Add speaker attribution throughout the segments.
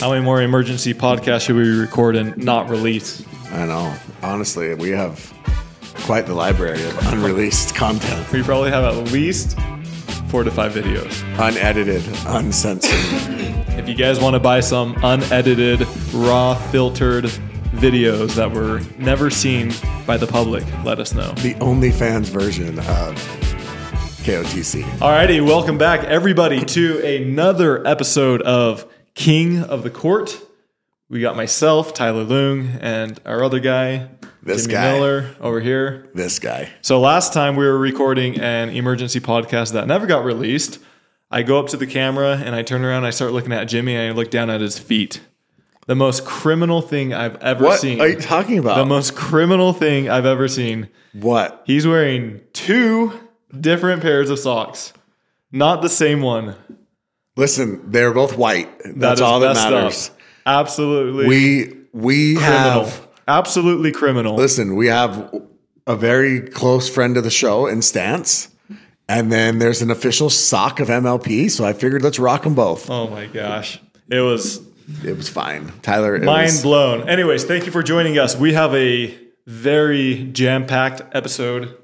Speaker 1: How many more emergency podcasts should we record and not release?
Speaker 2: I know. Honestly, we have quite the library of unreleased content,
Speaker 1: We probably have at least four to five videos.
Speaker 2: unedited, uncensored.
Speaker 1: If you guys want to buy some unedited, raw, filtered videos that were never seen by the public, let us know.
Speaker 2: the OnlyFans version of KOTC.
Speaker 1: Alrighty, welcome back, everybody, to another episode of King of the Court. We got myself, Tyler Loong, and our other guy,
Speaker 2: This
Speaker 1: Jimmy
Speaker 2: guy.
Speaker 1: Miller, over here.
Speaker 2: This guy.
Speaker 1: So last time we were recording an emergency podcast that never got released. I go up to the camera and I turn around. I start looking at Jimmy and I look down at his feet. The most criminal thing I've ever
Speaker 2: What
Speaker 1: seen.
Speaker 2: are you talking about?
Speaker 1: the most criminal thing I've ever seen.
Speaker 2: what?
Speaker 1: He's wearing two different pairs of socks, not the same one.
Speaker 2: Listen, they're both white.
Speaker 1: That
Speaker 2: That's
Speaker 1: is
Speaker 2: all that
Speaker 1: messed up.
Speaker 2: matters.
Speaker 1: Absolutely
Speaker 2: We we
Speaker 1: criminal.
Speaker 2: have
Speaker 1: Absolutely criminal.
Speaker 2: Listen, we have a very close friend of the show in Stance, and then there's an official sock of MLP. So I figured let's rock them both.
Speaker 1: oh my gosh, it was
Speaker 2: It was fine, Tyler. It
Speaker 1: Mind
Speaker 2: was-
Speaker 1: blown. Anyways, thank you for joining us. We have a very jam packed episode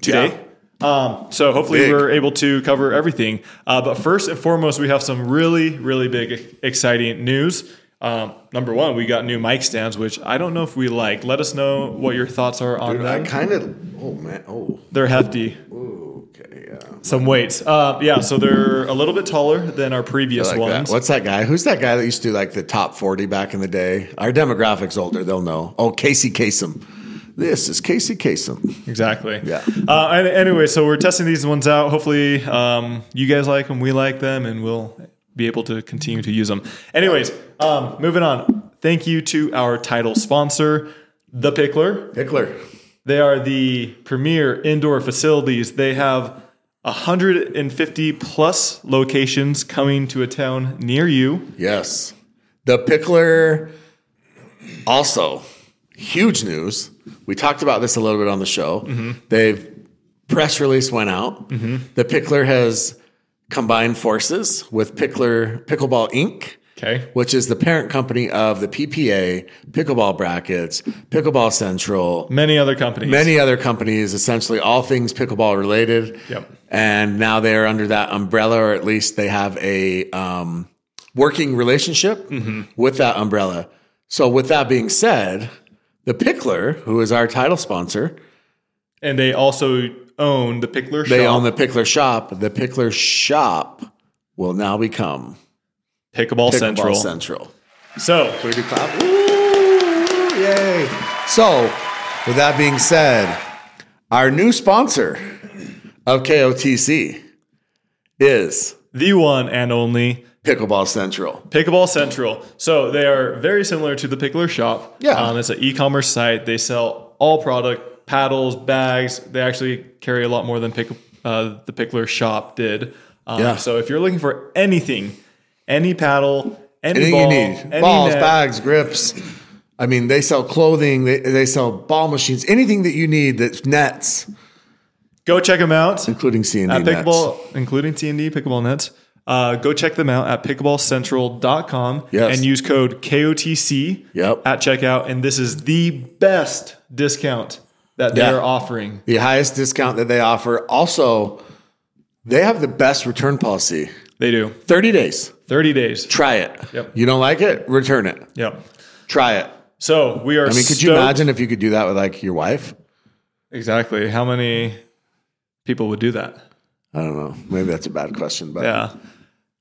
Speaker 1: today. Um, so hopefully
Speaker 2: Big.
Speaker 1: we're able to cover everything. Uh, but first and foremost, we have some really, really big, exciting news. Um, number one, we got new mic stands, which I don't know if we like. Let us know what your thoughts are on
Speaker 2: I
Speaker 1: them.
Speaker 2: kind of. Oh man. Oh.
Speaker 1: They're hefty.
Speaker 2: Okay. Yeah.
Speaker 1: Some weights. Uh, yeah, so they're a little bit taller than our previous
Speaker 2: Like that.
Speaker 1: ones.
Speaker 2: What's that guy? Who's that guy that used to do like the top 40 back in the day? Our demographic's older. They'll know. Oh, Casey Kasem. This is Casey Kasem.
Speaker 1: Exactly.
Speaker 2: Yeah.
Speaker 1: Uh, and anyway, so we're testing these ones out. Hopefully, um, you guys like them, we like them, and we'll be able to continue to use them. Anyways, um, moving on. Thank you to our title sponsor, The Pickler.
Speaker 2: Pickler.
Speaker 1: They are the premier indoor facilities. They have 150 plus locations coming to a town near you.
Speaker 2: Yes. The Pickler. Also, huge news. We talked about this a little bit on the show. They've press release went out. The Pickler has combined forces with Pickler Pickleball Inc.
Speaker 1: Okay.
Speaker 2: which is the parent company of the PPA, Pickleball Brackets, Pickleball Central,
Speaker 1: Many other companies.
Speaker 2: many other companies, essentially all things pickleball related.
Speaker 1: Yep.
Speaker 2: And now they are under that umbrella, or at least they have a um, working relationship
Speaker 1: Mm-hmm.
Speaker 2: with that umbrella. So, with that being said, the Pickler, who is our title sponsor,
Speaker 1: And they also own the Pickler
Speaker 2: they
Speaker 1: Shop.
Speaker 2: own the Pickler shop. The Pickler shop will now become
Speaker 1: Pickleball,
Speaker 2: Pickleball
Speaker 1: Central.
Speaker 2: Central.
Speaker 1: So,
Speaker 2: Can we do clap? Ooh, yay. So, with that being said, our new sponsor of KOTC is
Speaker 1: the one and only
Speaker 2: Pickleball Central.
Speaker 1: Pickleball Central. So they are very similar to the Pickler Shop.
Speaker 2: Yeah.
Speaker 1: Um, it's an e-commerce site. They sell all product, paddles, bags. They actually carry a lot more than pick, uh, the Pickler Shop did. Um,
Speaker 2: Yeah.
Speaker 1: So if you're looking for anything, any paddle, any
Speaker 2: Anything
Speaker 1: ball,
Speaker 2: you need
Speaker 1: any
Speaker 2: balls,
Speaker 1: net,
Speaker 2: bags, grips. I mean, they sell clothing, they, they sell ball machines, anything that you need that's nets,
Speaker 1: go check them out.
Speaker 2: including CND
Speaker 1: at
Speaker 2: nets.
Speaker 1: pickleball, including TND pickleball nets. Uh, go check them out at pickleballcentral.com
Speaker 2: Yes.
Speaker 1: and use code KOTC
Speaker 2: Yep.
Speaker 1: at checkout. And this is the best discount that they
Speaker 2: Yeah.
Speaker 1: are offering.
Speaker 2: The highest discount that they offer. Also, they have the best return policy
Speaker 1: They do
Speaker 2: 30 days.
Speaker 1: 30 days.
Speaker 2: Try it.
Speaker 1: Yep.
Speaker 2: You don't like it? Return it.
Speaker 1: Yep.
Speaker 2: Try it.
Speaker 1: So we are.
Speaker 2: I mean, could you
Speaker 1: stoked-
Speaker 2: imagine if you could do that with like your wife?
Speaker 1: Exactly. How many people would do that?
Speaker 2: I don't know. Maybe that's a bad question, but
Speaker 1: Yeah. Uh,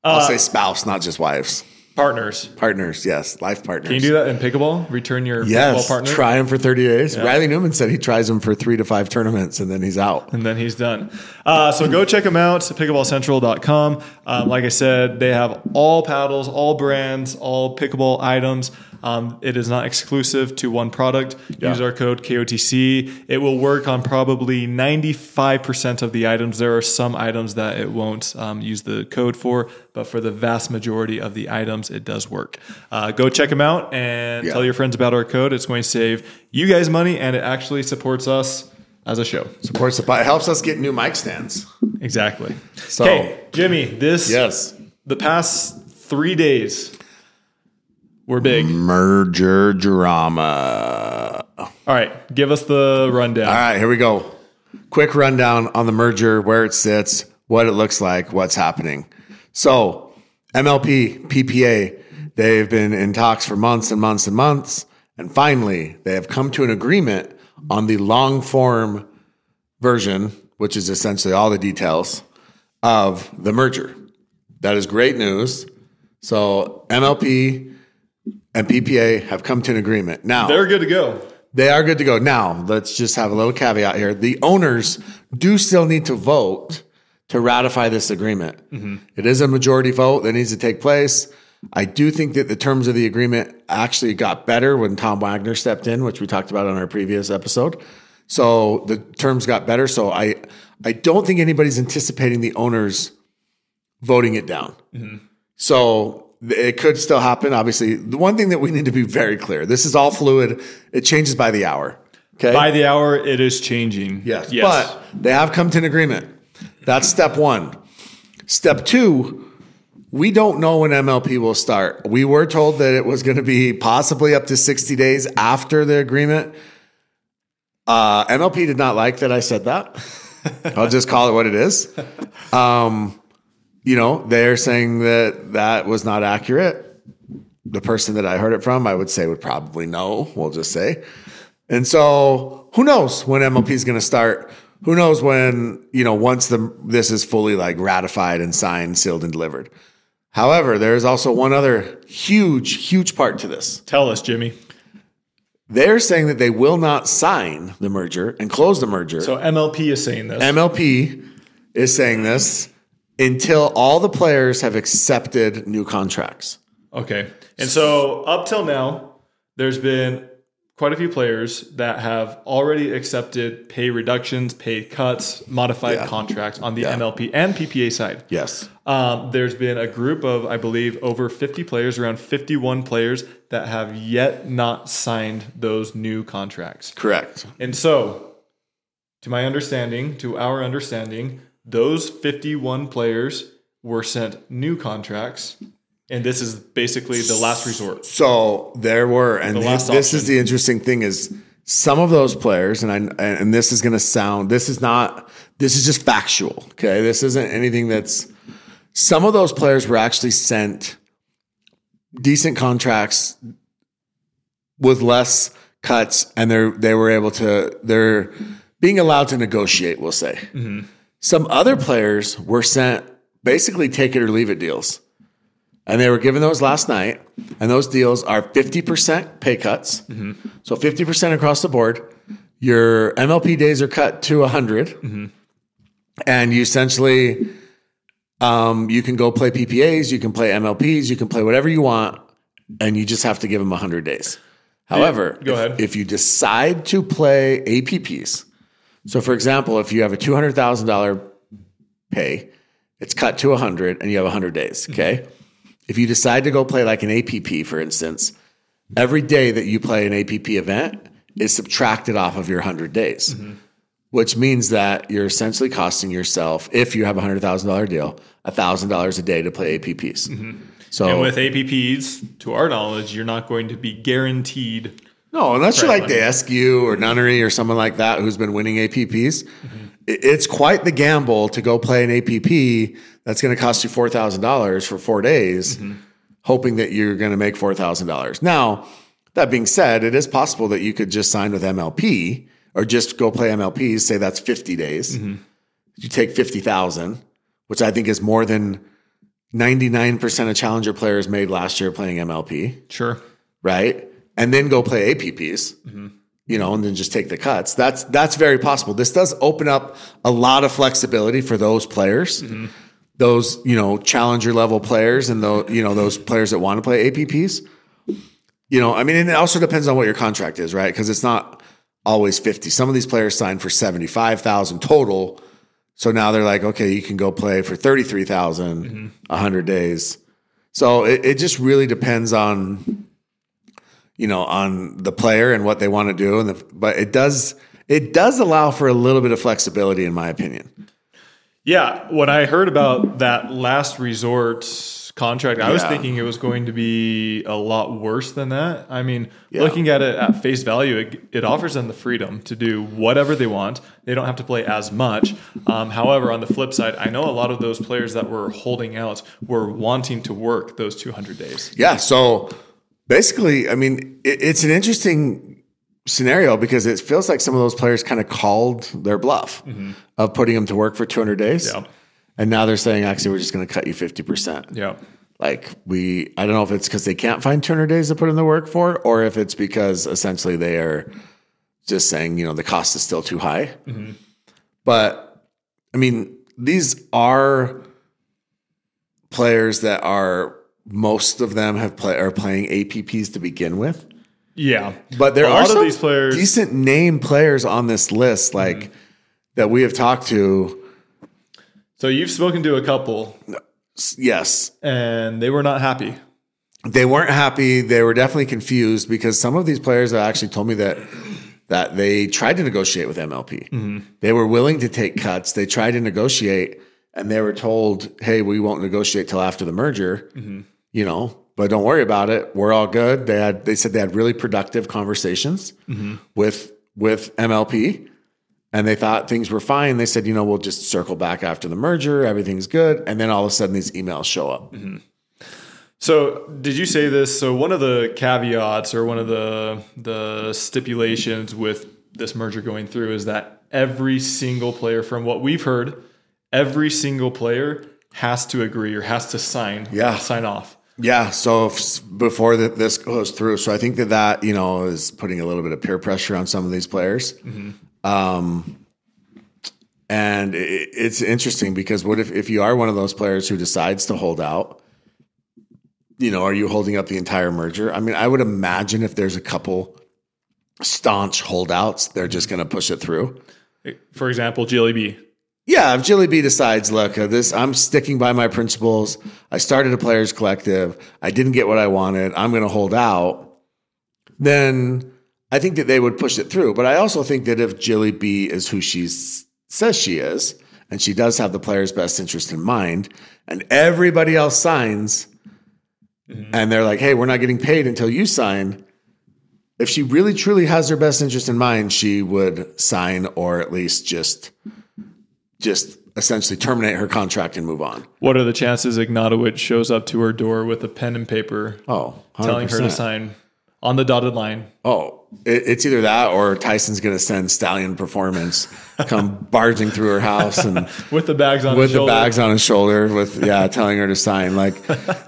Speaker 2: I'll say spouse, not just wives.
Speaker 1: Partners.
Speaker 2: Partners, yes, life partners.
Speaker 1: Can you do that in pickleball? Return your
Speaker 2: Yes,
Speaker 1: pickleball partner?
Speaker 2: try him for thirty days. Riley Newman said he tries him for three to five tournaments and then he's out.
Speaker 1: and then he's done. Uh, so go check them out, pickleballcentral.com. Um, like I said, they have all paddles, all brands, all pickleball items. Um, it is not exclusive to one product. Use our code KOTC. It will work on probably 95% of the items. There are some items that it won't um, use the code for, but for the vast majority of the items, it does work. Uh, go check them out and
Speaker 2: Yeah.
Speaker 1: tell your friends about our code. It's going to save you guys money and it actually supports us as a show.
Speaker 2: Supports the pot. helps us get new mic stands.
Speaker 1: Exactly.
Speaker 2: So-
Speaker 1: okay, Jimmy, this
Speaker 2: Yes,
Speaker 1: the past three days We're big.
Speaker 2: Mm. Merger drama.
Speaker 1: All right, give us the rundown.
Speaker 2: All right, here we go. Quick rundown on the merger, where it sits, what it looks like, what's happening. So, MLP, PPA, they've been in talks for months and months and months. And finally, they have come to an agreement on the long form version, which is essentially all the details of the merger. That is great news. So, MLP and PPA have come to an agreement. Now,
Speaker 1: They're good to go.
Speaker 2: they are good to go. Now, let's just have a little caveat here. The owners do still need to vote to ratify this agreement. It is a majority vote that needs to take place. I do think that the terms of the agreement actually got better when Tom Wagner stepped in, which we talked about on our previous episode. So the terms got better. So I I don't think anybody's anticipating the owners voting it down. So th- it could still happen. Obviously, the one thing that we need to be very clear: this is all fluid. It changes by the hour. Okay.
Speaker 1: By the hour, it is changing.
Speaker 2: yes.
Speaker 1: Yes.
Speaker 2: But they have come to an agreement. That's step one. Step two. We don't know when MLP will start. We were told that it was going to be possibly up to 60 days after the agreement. Uh, MLP did not like that I said that. I'll just call it what it is Um, you know, they're saying that that was not accurate. The person that I heard it from, I would say, would probably know. We'll just say. And so, who knows when MLP is going to start? Who knows when you know once the this is fully like ratified and signed, sealed, and delivered. However, there is also one other huge, huge part to this.
Speaker 1: Tell us, Jimmy.
Speaker 2: They're saying that they will not sign the merger and close the merger.
Speaker 1: So MLP is saying this.
Speaker 2: MLP is saying this until all the players have accepted new contracts.
Speaker 1: okay. And so up till now, there's been quite a few players that have already accepted pay reductions, pay cuts, modified contracts on the MLP and PPA side.
Speaker 2: Yes.
Speaker 1: Um, there's been a group of, I believe, over 50 players, around 51 players that have yet not signed those new contracts.
Speaker 2: Correct.
Speaker 1: And so, to my understanding, to our understanding, those 51 players were sent new contracts, and this is basically the last resort.
Speaker 2: So there were, and thi-
Speaker 1: last
Speaker 2: this is
Speaker 1: option.
Speaker 2: the interesting thing is some of those players, and I, and- and this is going to sound, this is not, this is just factual. Okay. This isn't anything that's, some of those players were actually sent decent contracts with less cuts and they're, they were able to, they're being allowed to negotiate, we'll say.
Speaker 1: Mm-hmm.
Speaker 2: Some other players were sent basically take it or leave it deals. And they were given those last night. And those deals are 50% pay cuts. So 50% across the board. Your MLP days are cut to 100. And you essentially, um, you can go play PPAs, you can play MLPs, you can play whatever you want. And you just have to give them 100 days. However,
Speaker 1: Go
Speaker 2: if-
Speaker 1: ahead.
Speaker 2: if you decide to play APPs, so for example, if you have a $200,000 pay, it's cut to 100 and you have 100 days. Okay.
Speaker 1: Mm-hmm.
Speaker 2: If you decide to go play like an APP, for instance, every day that you play an APP event is subtracted off of your 100 days, which means that you're essentially costing yourself, if you have a $100,000 deal, $1,000 a day to play APPs. So,
Speaker 1: And with APPs, to our knowledge, you're not going to be guaranteed.
Speaker 2: No, unless you're like the SQ or Nunnery or someone like that who's been winning APPs, i- it's quite the gamble to go play an APP that's going to cost you four thousand dollars for four days, hoping that you're going to make four thousand dollars. Now, that being said, it is possible that you could just sign with MLP or just go play MLPs. Say that's fifty days. You take fifty thousand, which I think is more than ninety nine percent of challenger players made last year playing MLP
Speaker 1: Sure.
Speaker 2: right? And then go play APPs, you know, and then just take the cuts. That's that's very possible. This does open up a lot of flexibility for those players, those you know challenger level players, and those you know those players that want to play APPs. You know, I mean, and it also depends on what your contract is, right? Because it's not always fifty. Some of these players sign for seventy five thousand total. So now they're like, okay, you can go play for 33,000, 100 days. So it, it just really depends on you know on the player and what they want to do and the, but it does it does allow for a little bit of flexibility in my opinion
Speaker 1: Yeah, when I heard about that last resort contract. I was
Speaker 2: Yeah.
Speaker 1: thinking it was going to be a lot worse than that. I mean,
Speaker 2: Yeah.
Speaker 1: looking at it at face value, it, it offers them the freedom to do whatever they want. They don't have to play as much. Um, however, on the flip side, I know a lot of those players that were holding out were wanting to work those 200 days.
Speaker 2: Yeah. So basically, I mean, it, it's an interesting scenario because it feels like some of those players kind of called their bluff of putting them to work for 200 days.
Speaker 1: Yeah.
Speaker 2: And now they're saying, actually, we're just going to cut you 50%.
Speaker 1: Yeah.
Speaker 2: Like, we, I don't know if it's because they can't find 200 days to put in the work for, or if it's because essentially they are just saying, you know, the cost is still too high.
Speaker 1: Mm-hmm.
Speaker 2: But I mean, these are players that are most of them have play are playing APPs to begin with.
Speaker 1: Yeah.
Speaker 2: But there
Speaker 1: A
Speaker 2: are
Speaker 1: lot of
Speaker 2: some
Speaker 1: these players- Mm-hmm.
Speaker 2: decent name players on this list, like that we have talked to.
Speaker 1: So you've spoken to a couple
Speaker 2: S- Yes,
Speaker 1: and they were not happy.
Speaker 2: they weren't happy. They were definitely confused because some of these players have actually told me that that they tried to negotiate with MLP. They were willing to take cuts. They tried to negotiate, and they were told, "Hey, we won't negotiate till after the merger." You know, but don't worry about it. We're all good. They had they said they had really productive conversations with with MLP. And they thought things were fine. They said, you know, we'll just circle back after the merger. Everything's good. And then all of a sudden, these emails show up.
Speaker 1: So, did you say this? So, one of the caveats or one of the the stipulations with this merger going through is that every single player, from what we've heard, every single player has to agree or has to sign,
Speaker 2: Yeah.
Speaker 1: sign off.
Speaker 2: Yeah. So if, before that, this goes through, so I think that that you know is putting a little bit of peer pressure on some of these players. Um, and i it's interesting because what if if you are one of those players who decides to hold out? You know, are you holding up the entire merger? I mean, I would imagine if there's a couple staunch holdouts, they're just going to push it through.
Speaker 1: For example, JLB.
Speaker 2: Yeah, if Jilly B decides, look, uh, this I'm sticking by my principles. I started a players collective. I didn't get what I wanted. I'm going to hold out. Then I think that they would push it through. But I also think that if Jilly B is who she s- says she is, and she does have the players' best interest in mind, and everybody else signs, and they're like, hey, we're not getting paid until you sign. If she really truly has her best interest in mind, she would sign or at least just just essentially terminate her contract and move on.
Speaker 1: What are the chances Ignatowicz shows up to her door with a pen and paper
Speaker 2: Oh,
Speaker 1: telling her to sign on the dotted line?
Speaker 2: Oh, it, it's either that or Tyson's going to send Stallion Performance come barging through her house and
Speaker 1: With the bags on
Speaker 2: with
Speaker 1: his
Speaker 2: the
Speaker 1: shoulder.
Speaker 2: bags on his shoulder with yeah, telling her to sign like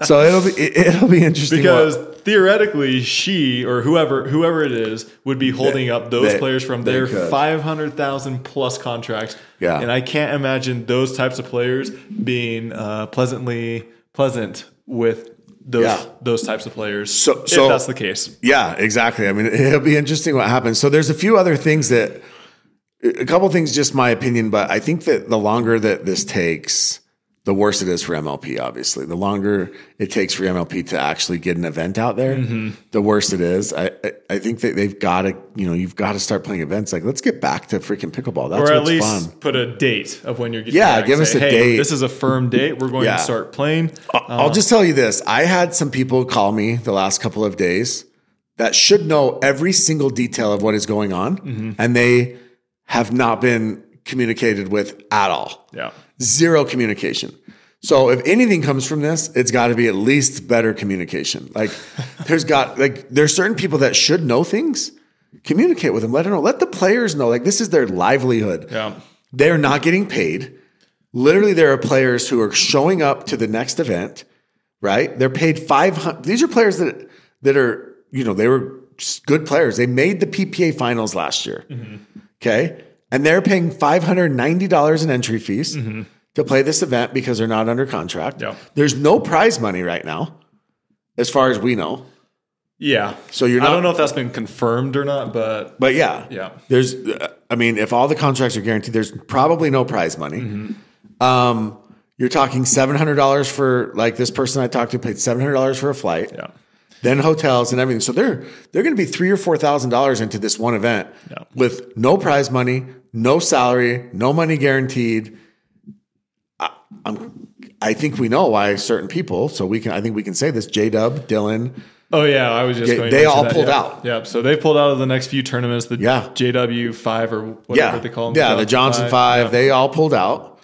Speaker 2: so it'll be it, it'll be interesting what-
Speaker 1: because theoretically she or whoever whoever it is would be holding up those
Speaker 2: they-
Speaker 1: players from
Speaker 2: they
Speaker 1: their
Speaker 2: could.
Speaker 1: 500,000 plus contracts.
Speaker 2: Yeah.
Speaker 1: And I can't imagine those types of players being uh, pleasantly pleasant with those
Speaker 2: Yeah.
Speaker 1: those types of players.
Speaker 2: So-
Speaker 1: if
Speaker 2: so-
Speaker 1: that's the case.
Speaker 2: Yeah, exactly. I mean, it'll be interesting what happens. So there's a few other things that, a couple things, just my opinion, but I think that the longer that this takes, the worse it is for MLP. Obviously, the longer it takes for MLP to actually get an event out there,
Speaker 1: Mm-hmm.
Speaker 2: the worse it is. I I, I think that they've got to, you know, you've got to start playing events. Like, let's get back to freaking pickleball. That's
Speaker 1: Or at
Speaker 2: what's
Speaker 1: least
Speaker 2: fun.
Speaker 1: put a date of when you're getting
Speaker 2: Yeah,
Speaker 1: back.
Speaker 2: give us
Speaker 1: Say,
Speaker 2: a
Speaker 1: hey,
Speaker 2: date."
Speaker 1: This is a firm date. We're going
Speaker 2: Yeah. Uh,
Speaker 1: to start playing.
Speaker 2: I'll I'll just tell you this. I had some people call me the last couple of days that should know every single detail of what is going on,
Speaker 1: Mm-hmm.
Speaker 2: and they have not been communicated with at all.
Speaker 1: yeah.
Speaker 2: Zero communication. So if anything comes from this, it's got to be at least better communication. Like there's got like there's certain people that should know things. Communicate with them. Let them know. Let the players know. Like this is their livelihood.
Speaker 1: Yeah.
Speaker 2: They're not getting paid. Literally, there are players who are showing up to the next event, right? They're paid five hundred. These are players that that are you know they were s- good players. They made the PPA finals last year, okay, and they're paying five hundred ninety dollars in entry fees to play this event because they're not under contract.
Speaker 1: Yeah.
Speaker 2: There's no prize money right now, as far as we know.
Speaker 1: Yeah.
Speaker 2: So you're
Speaker 1: I
Speaker 2: not-
Speaker 1: don't know if that's been confirmed or not, but
Speaker 2: But yeah,
Speaker 1: Yeah.
Speaker 2: There's, uh, I mean, if all the contracts are guaranteed, there's probably no prize money.
Speaker 1: Mm-hmm.
Speaker 2: Um, you're talking seven hundred dollars for like this person I talked to paid seven hundred dollars for a flight,
Speaker 1: yeah.
Speaker 2: then hotels and everything. So they're they're going to be three or four thousand dollars into this one event
Speaker 1: Yeah.
Speaker 2: with no prize money, no salary, no money guaranteed. I, I'm I think we know why certain people. So we can. I think we can say this. J Dub, Dylan.
Speaker 1: Oh yeah, I was just.
Speaker 2: Yeah,
Speaker 1: going
Speaker 2: they
Speaker 1: to mention
Speaker 2: all
Speaker 1: that,
Speaker 2: pulled
Speaker 1: yeah.
Speaker 2: out.
Speaker 1: Yep. So they pulled out of the next few tournaments. The
Speaker 2: Yeah.
Speaker 1: JW five or whatever
Speaker 2: Yeah,
Speaker 1: they call them.
Speaker 2: yeah. The Johnson Five. They all pulled out.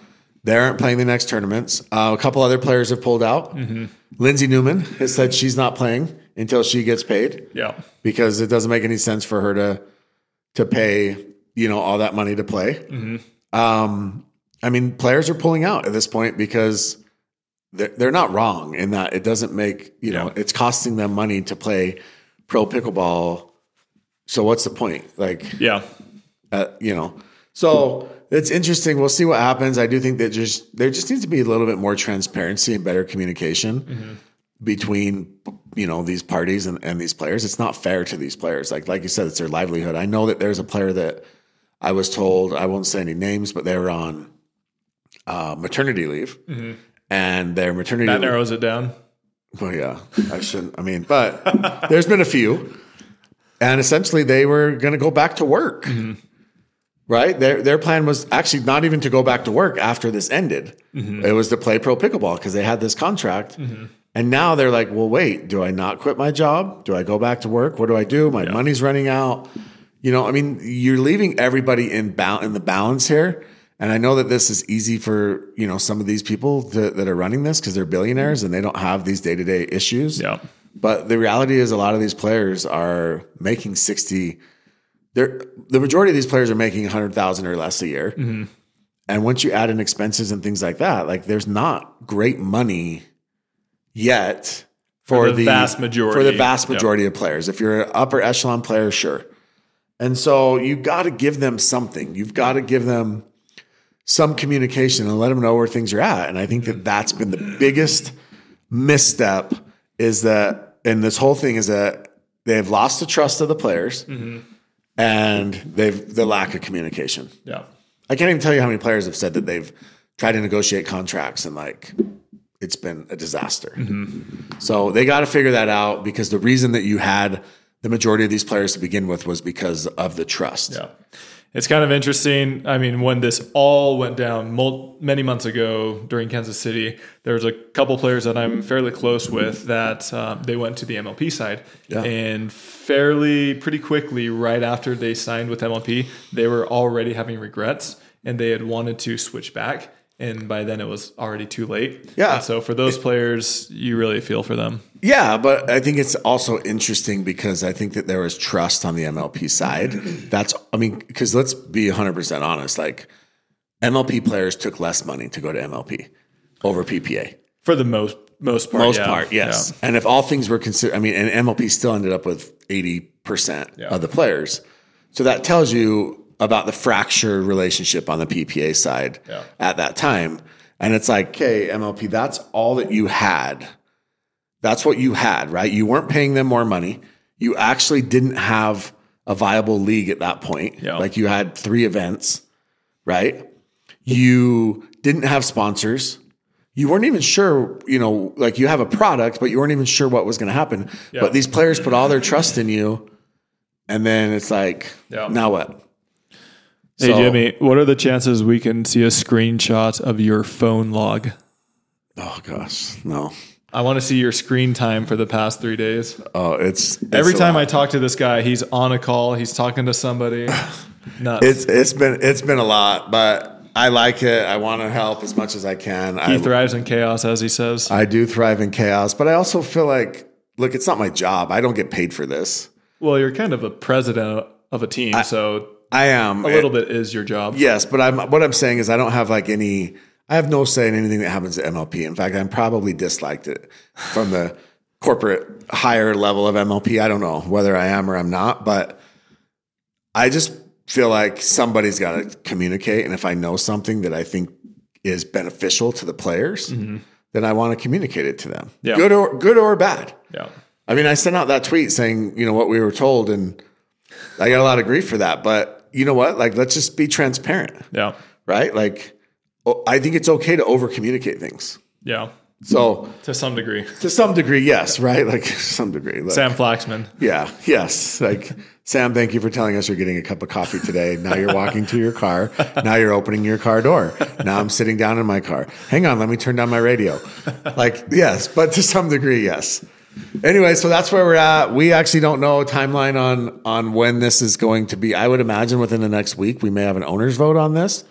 Speaker 2: They aren't playing the next tournaments. Uh, a couple other players have pulled out.
Speaker 1: Mm-hmm.
Speaker 2: Lindsey Newman has said she's not playing until she gets paid
Speaker 1: Yeah.
Speaker 2: because it doesn't make any sense for her to to pay you know all that money to play.
Speaker 1: Mm-hmm.
Speaker 2: Um, I mean, players are pulling out at this point because they're, they're not wrong in that it doesn't make you know
Speaker 1: Yeah.
Speaker 2: it's costing them money to play pro pickleball. So what's the point? Like
Speaker 1: Yeah.
Speaker 2: uh, you know. So it's interesting. We'll see what happens. I do think that just there just needs to be a little bit more transparency and better communication between you know these parties and, and these players. It's not fair to these players. Like like you said, it's their livelihood. I know that there's a player that I was told I won't say any names, but they were on uh, maternity leave, and their maternity
Speaker 1: That
Speaker 2: leave-
Speaker 1: narrows it down.
Speaker 2: well, yeah, I shouldn't. I mean, but there's been a few, and essentially they were going to go back to work, right? Their their plan was actually not even to go back to work after this ended. It was to play pro pickleball because they had this contract, and now they're like, well, wait, do I not quit my job? Do I go back to work? What do I do? My money's running out. You know, I mean, you're leaving everybody in bal- in the balance here. And I know that this is easy for you know some of these people to, that are running this because they're billionaires and they don't have these day to day issues.
Speaker 1: Yeah.
Speaker 2: But the reality is, a lot of these players are making sixty. They're the majority of these players are making hundred thousand or less a year. And once you add in expenses and things like that, like there's not great money yet for,
Speaker 1: For the vast majority.
Speaker 2: for the vast
Speaker 1: Yeah.
Speaker 2: majority of players. If you're an upper echelon player, sure. And so you got to give them something. You've got to give them some communication and let them know where things are at. And I think that that's been the biggest misstep is that, and this whole thing is that they've lost the trust of the players
Speaker 1: Mm-hmm.
Speaker 2: and they've the lack of communication.
Speaker 1: Yeah.
Speaker 2: I can't even tell you how many players have said that they've tried to negotiate contracts and like it's been a disaster. So they got to figure that out because the reason that you had the majority of these players to begin with was because of the trust.
Speaker 1: Yeah. It's kind of interesting. I mean, when this all went down mul- many months ago during Kansas City, there was a couple players that I'm fairly close with that um, they went to the MLP side,
Speaker 2: Yeah.
Speaker 1: and fairly pretty quickly, right after they signed with MLP, they were already having regrets and they had wanted to switch back, and by then it was already too late.
Speaker 2: Yeah.
Speaker 1: And so for those players, you really feel for them.
Speaker 2: Yeah, but I think it's also interesting because I think that there was trust on the MLP side. That's, I mean, because let's be 100% honest, like MLP players took less money to go to MLP over PPA.
Speaker 1: For the most most part,
Speaker 2: most
Speaker 1: yeah.
Speaker 2: part, yes.
Speaker 1: Yeah.
Speaker 2: And if all things were considered, I mean, and MLP still ended up with 80%
Speaker 1: Yeah.
Speaker 2: of the players. So that tells you about the fractured relationship on the PPA side
Speaker 1: Yeah.
Speaker 2: at that time. And it's like, okay, MLP, that's all that you had. That's what you had, right? You weren't paying them more money. You actually didn't have a viable league at that point.
Speaker 1: Yeah.
Speaker 2: Like you had three events, right? You didn't have sponsors you weren't even sure, you know, like you have a product, but you weren't even sure what was going to happen.
Speaker 1: Yeah.
Speaker 2: But these players put all their trust in you, and then it's like,
Speaker 1: Yeah.
Speaker 2: now what?
Speaker 1: Hey
Speaker 2: So-
Speaker 1: Jimmy, what are the chances we can see a screenshot of your phone log?
Speaker 2: Oh gosh, no.
Speaker 1: I want to see your screen time for the past three days.
Speaker 2: Oh, it's, it's
Speaker 1: Every
Speaker 2: a
Speaker 1: time
Speaker 2: lot.
Speaker 1: I talk to this guy, he's on a call. He's talking to somebody. Nuts.
Speaker 2: it's it's been it's been a lot, but I like it. I want to help as much as I can.
Speaker 1: he
Speaker 2: I,
Speaker 1: thrives in chaos, as he says.
Speaker 2: I do thrive in chaos, but I also feel like, look, it's not my job. I don't get paid for this.
Speaker 1: well, you're kind of a president of a team, so
Speaker 2: I am
Speaker 1: a little bit is your job.
Speaker 2: Yes, but I'm what I'm saying is I don't have like any I have no say in anything that happens at MLP. In fact, I'm probably disliked it from the corporate higher level of MLP. I don't know whether I am or I'm not, but I just feel like somebody's got to communicate and if I know something that I think is beneficial to the players, then I want to communicate it to them.
Speaker 1: Yeah.
Speaker 2: Good or good or bad.
Speaker 1: Yeah.
Speaker 2: I mean, I sent out that tweet saying, you know, what we were told, and I got a lot of grief for that. But you know what? Like, let's just be transparent,
Speaker 1: Yeah.
Speaker 2: oh, right? Like, o- I think it's okay to over communicate things.
Speaker 1: Yeah.
Speaker 2: So
Speaker 1: to some degree.
Speaker 2: to some degree, yes, right? Like some degree. Like,
Speaker 1: Sam Flaxman.
Speaker 2: Yeah. Yes. Like Sam, thank you for telling us you're getting a cup of coffee today. Now you're walking to your car. Now you're opening your car door. Now I'm sitting down in my car. Hang on, let me turn down my radio. Like, yes, but to some degree, yes. Anyway, so that's where we're at. We actually don't know a timeline on on when this is going to be. I would imagine within the next week we may have an owner's vote on this.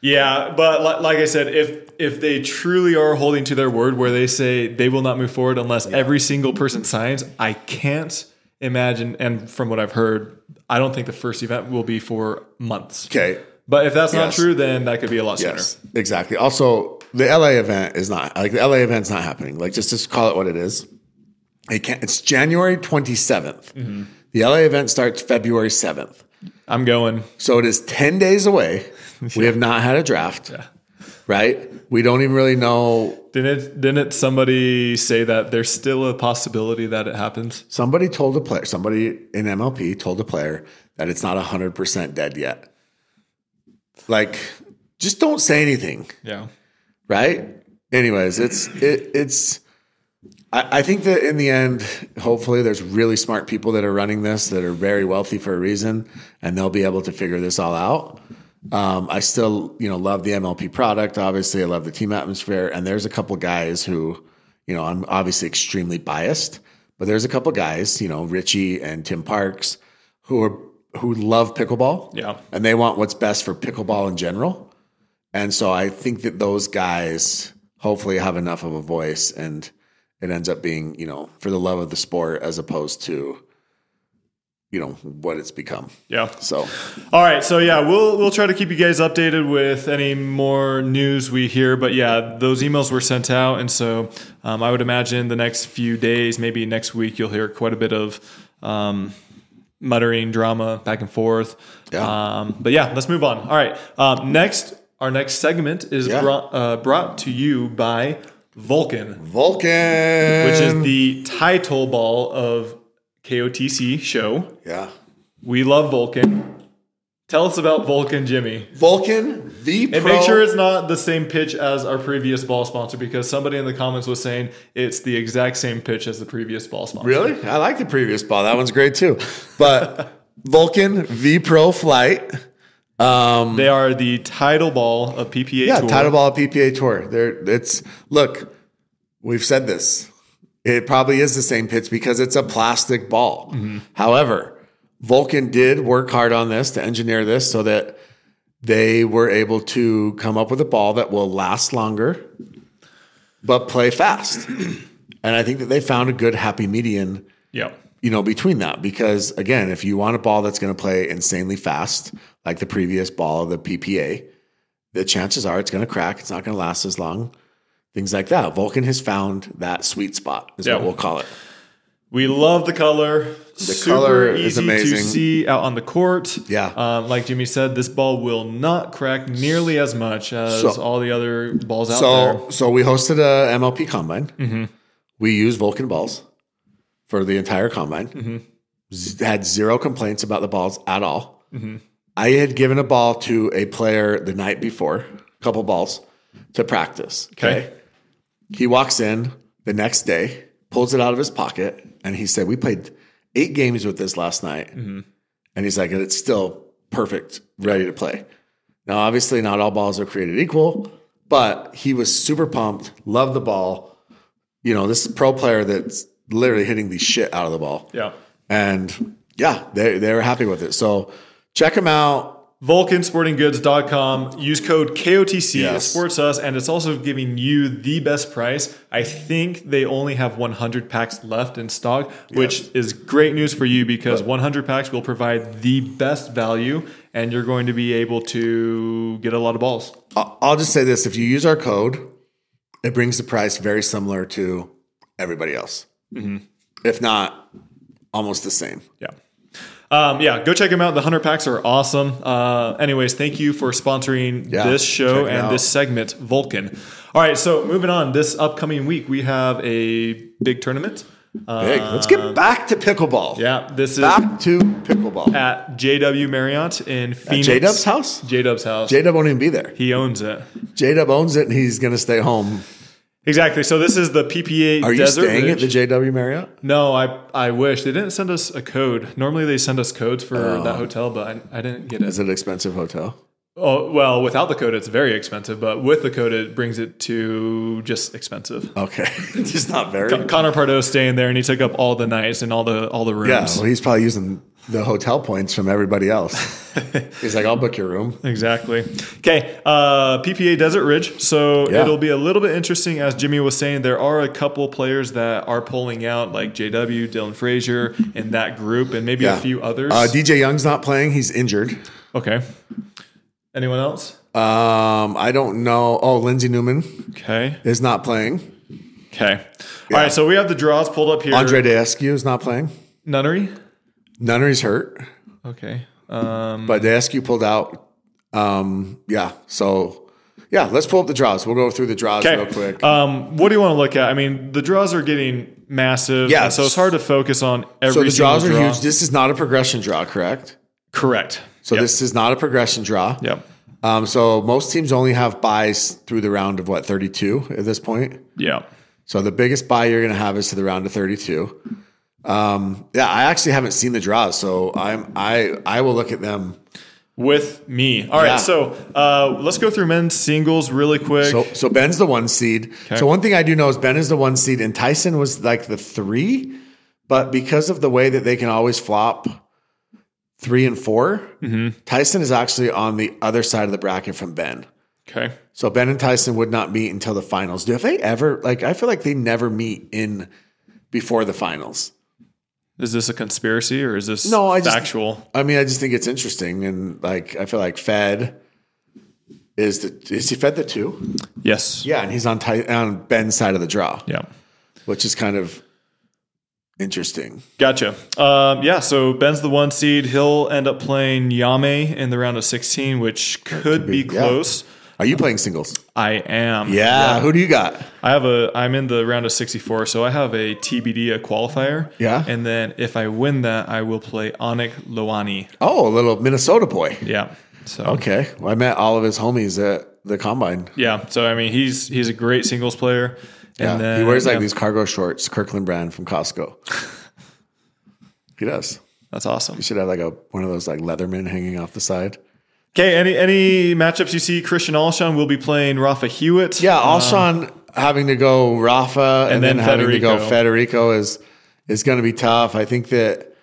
Speaker 1: Yeah, but li- like I said, if if they truly are holding to their word, where they say they will not move forward unless every single person signs, I can't imagine. And from what I've heard, I don't think the first event will be for months.
Speaker 2: Okay.
Speaker 1: But if that's not
Speaker 2: Yes.
Speaker 1: true, then that could be a lot
Speaker 2: Yes, exactly. Also, the LA event is not like the LA event's not happening. Like just just call it what it is. It can't, it's January 27th. The LA event starts February 7th.
Speaker 1: sooner. I'm going.
Speaker 2: So it is 10 days away. We have not had a draft. Right? We don't even really know.
Speaker 1: Didn't didn't somebody say that there's still a possibility that it happens?
Speaker 2: Somebody told a player, somebody in MLP told a player that it's not 100% dead yet. Like just don't say anything.
Speaker 1: Yeah.
Speaker 2: right? Anyways, it's it, it's. I, I think that in the end, hopefully, there's really smart people that are running this that are very wealthy for a reason, and they'll be able to figure this all out. Um, I still, you know, love the MLP product. Obviously, I love the team atmosphere, and there's a couple guys who, you know, I'm obviously extremely biased, but there's a couple guys, you know, Richie and Tim Parks, who are who love pickleball,
Speaker 1: Yeah.
Speaker 2: and they want what's best for pickleball in general. And so I think that those guys hopefully have enough of a voice and it ends up being, you know, for the love of the sport as opposed to, you know, what it's become.
Speaker 1: Yeah.
Speaker 2: So
Speaker 1: All right, so yeah, we'll we'll try to keep you guys updated with any more news we hear. But yeah, those emails were sent out, and so um, I would imagine the next few days, maybe next week, you'll hear quite a bit of um, muttering, drama, back and forth.
Speaker 2: Yeah.
Speaker 1: Um, but yeah, let's move on. All right, um, next, our next segment is
Speaker 2: Yeah.
Speaker 1: brought, uh, brought to you by Vulcan,
Speaker 2: Vulcan.
Speaker 1: which is the title ball of KOTC show.
Speaker 2: Yeah.
Speaker 1: We love Vulcan. Tell us about Vulcan, Jimmy.
Speaker 2: Vulcan, the
Speaker 1: And
Speaker 2: pro.
Speaker 1: make sure it's not the same pitch as our previous ball sponsor because somebody in the comments was saying it's the exact same pitch as the previous ball sponsor.
Speaker 2: Really? I like the previous ball. That one's great too. But Vulcan, the pro flight.
Speaker 1: They are the title ball of PPA
Speaker 2: Yeah,
Speaker 1: Tour.
Speaker 2: title ball PPA tour. There, it's look. We've said this. It probably is the same pitch because it's a plastic ball. However, Vulcan did work hard on this to engineer this so that they were able to come up with a ball that will last longer, but play fast. and I think that they found a good happy median
Speaker 1: Yeah.
Speaker 2: you know, between that. Because again, if you want a ball that's going to play insanely fast, like the previous ball of the PPA, the chances are it's going to crack. It's not going to last as long. Things like that. Vulcan has found that sweet spot, is
Speaker 1: Yeah.
Speaker 2: what we'll call it.
Speaker 1: We love the color. The Super
Speaker 2: color
Speaker 1: easy
Speaker 2: is
Speaker 1: to
Speaker 2: amazing.
Speaker 1: see out on the court.
Speaker 2: Yeah.
Speaker 1: Um, like Jimmy said, this ball will not crack nearly as much as
Speaker 2: So-
Speaker 1: all the other balls out there.
Speaker 2: So, so we hosted a MLP combine.
Speaker 1: Mm-hmm.
Speaker 2: We used Vulcan balls for the entire combine.
Speaker 1: Mm-hmm.
Speaker 2: Z- had zero complaints about the balls at all.
Speaker 1: Mm-hmm.
Speaker 2: I had given a ball to a player the night before, a couple balls to practice.
Speaker 1: Okay.
Speaker 2: okay. He walks in the next day, pulls it out of his pocket, and he said, "We played eight games with this last night." And he's like, "It's still perfect, ready to play." Now, obviously, not all balls are created equal, but he was super pumped, loved the ball. You know, this is a pro player that's literally hitting the shit out of the ball.
Speaker 1: Yeah.
Speaker 2: And yeah, they they were happy with it. So check him out.
Speaker 1: VulcanSportingGoods.com. Use code KOTC. It
Speaker 2: Yes.
Speaker 1: supports us, and it's also giving you the best price. I think they only have 100 packs left in stock, which is great news for you because 100 packs will provide the best value, and you're going to be able to get a lot of balls.
Speaker 2: I- I'll just say this: if you use our code, it brings the price very similar to everybody else, Mm-hmm. if not almost the same.
Speaker 1: Yeah. Um, yeah, go check them out. The 100 packs are awesome. Uh, anyways, thank you for sponsoring
Speaker 2: Yeah,
Speaker 1: this show
Speaker 2: check it
Speaker 1: and
Speaker 2: out.
Speaker 1: this segment, Vulcan. All right, so moving on. This upcoming week, we have a big tournament.
Speaker 2: Big. Let's get Uh, back to pickleball.
Speaker 1: Yeah, this is
Speaker 2: Back to pickleball.
Speaker 1: at JW Marriott in Phoenix.
Speaker 2: J Dub's house.
Speaker 1: J Dub's house.
Speaker 2: J Dub won't even be there.
Speaker 1: he owns it.
Speaker 2: J Dub owns it, and he's going to stay home.
Speaker 1: Exactly. So this is the PPA
Speaker 2: Are you
Speaker 1: Desert
Speaker 2: staying
Speaker 1: Ridge.
Speaker 2: at the JW Marriott?
Speaker 1: No, I I wish they didn't send us a code. Normally they send us codes for
Speaker 2: Oh.
Speaker 1: that hotel, but I, I didn't get
Speaker 2: Is
Speaker 1: it.
Speaker 2: it an expensive hotel?
Speaker 1: Oh well, without the code it's very expensive, but with the code it brings it to just expensive.
Speaker 2: Okay, just not very.
Speaker 1: Connor Pardo staying there and he took up all the nights and all the all the
Speaker 2: Yeah,
Speaker 1: rooms.
Speaker 2: well, he's probably using the hotel points from everybody else. he's like, I'll book your room.
Speaker 1: Exactly. Okay. Uh, PPA Desert Ridge. So
Speaker 2: Yeah.
Speaker 1: it'll be a little bit interesting, as Jimmy was saying. There are a couple players that are pulling out, like JW, Dylan Frazier, and that group, and maybe a few others.
Speaker 2: Uh, DJ Young's not playing. He's injured.
Speaker 1: okay. Anyone else?
Speaker 2: Um, I don't know. Oh, Lindsey Newman
Speaker 1: Okay.
Speaker 2: is not playing.
Speaker 1: Okay. All right. So we have the draws pulled up here.
Speaker 2: Andre Deescu is not playing.
Speaker 1: Nunnery.
Speaker 2: Nunnery's hurt,
Speaker 1: Okay. Um,
Speaker 2: but Deescu pulled out. Um, yeah, so yeah, let's pull up the draws. We'll go through the draws
Speaker 1: okay.
Speaker 2: real quick.
Speaker 1: Um, what do you want to look at? I mean, the draws are getting massive.
Speaker 2: Yeah.
Speaker 1: and So it's hard to focus on every.
Speaker 2: so the draws
Speaker 1: single
Speaker 2: are
Speaker 1: draw.
Speaker 2: huge. This is not a progression draw, correct?
Speaker 1: Correct.
Speaker 2: So
Speaker 1: Yep.
Speaker 2: this is not a progression draw.
Speaker 1: Yep.
Speaker 2: Um, so most teams only have buys through the round of what 32 at this point.
Speaker 1: Yeah.
Speaker 2: So the biggest buy you're going to have is to the round of 32. Um, yeah, I actually haven't seen the draws, so I'm I I will look at them.
Speaker 1: with me. All right,
Speaker 2: Yeah.
Speaker 1: so uh, let's go through men's singles really quick.
Speaker 2: So so Ben's the one seed. So one thing I do know is Ben is the one seed, and Tyson was like the three, but because of the way that they can always flop three and 4 Tyson is actually on the other side of the bracket from Ben.
Speaker 1: okay,
Speaker 2: So Ben and Tyson would not meet until the finals. Do have they ever like I feel like they never meet in before the finals.
Speaker 1: is this a conspiracy or is this
Speaker 2: No, I just-
Speaker 1: factual?
Speaker 2: I mean, I just think it's interesting and like I feel like Fed is the is he Fed the two?
Speaker 1: yes.
Speaker 2: Yeah, and he's on Ty, on Ben's side of the draw,
Speaker 1: Yeah.
Speaker 2: which is kind of interesting.
Speaker 1: Gotcha. Um, yeah, so Ben's the one seed. He'll end up playing Yame in the round of 16, which could, be,
Speaker 2: be, yeah.
Speaker 1: close.
Speaker 2: Are you playing singles?
Speaker 1: I am.
Speaker 2: Yeah. Who do you got?
Speaker 1: I have a I'm in the round of 64, so I have a TBD a qualifier.
Speaker 2: Yeah.
Speaker 1: And then if I win that, I will play Onik Lowani.
Speaker 2: Oh, a little Minnesota boy.
Speaker 1: Yeah. So
Speaker 2: Okay. Well, I met all of his homies at the combine.
Speaker 1: yeah, so I mean he's he's a great singles player. And
Speaker 2: Yeah.
Speaker 1: then
Speaker 2: he wears like
Speaker 1: yeah,
Speaker 2: these cargo shorts, Kirkland brand from Costco. he does.
Speaker 1: that's awesome.
Speaker 2: You should have like a one of those like Leatherman hanging off the side.
Speaker 1: Okay, any any matchups you see, Christian Alshon will be playing Rafa Hewitt.
Speaker 2: Yeah, Alshon having to go Rafa and, then,
Speaker 1: Uh, then
Speaker 2: having to go
Speaker 1: Federico.
Speaker 2: Federico is is going to be tough. I think that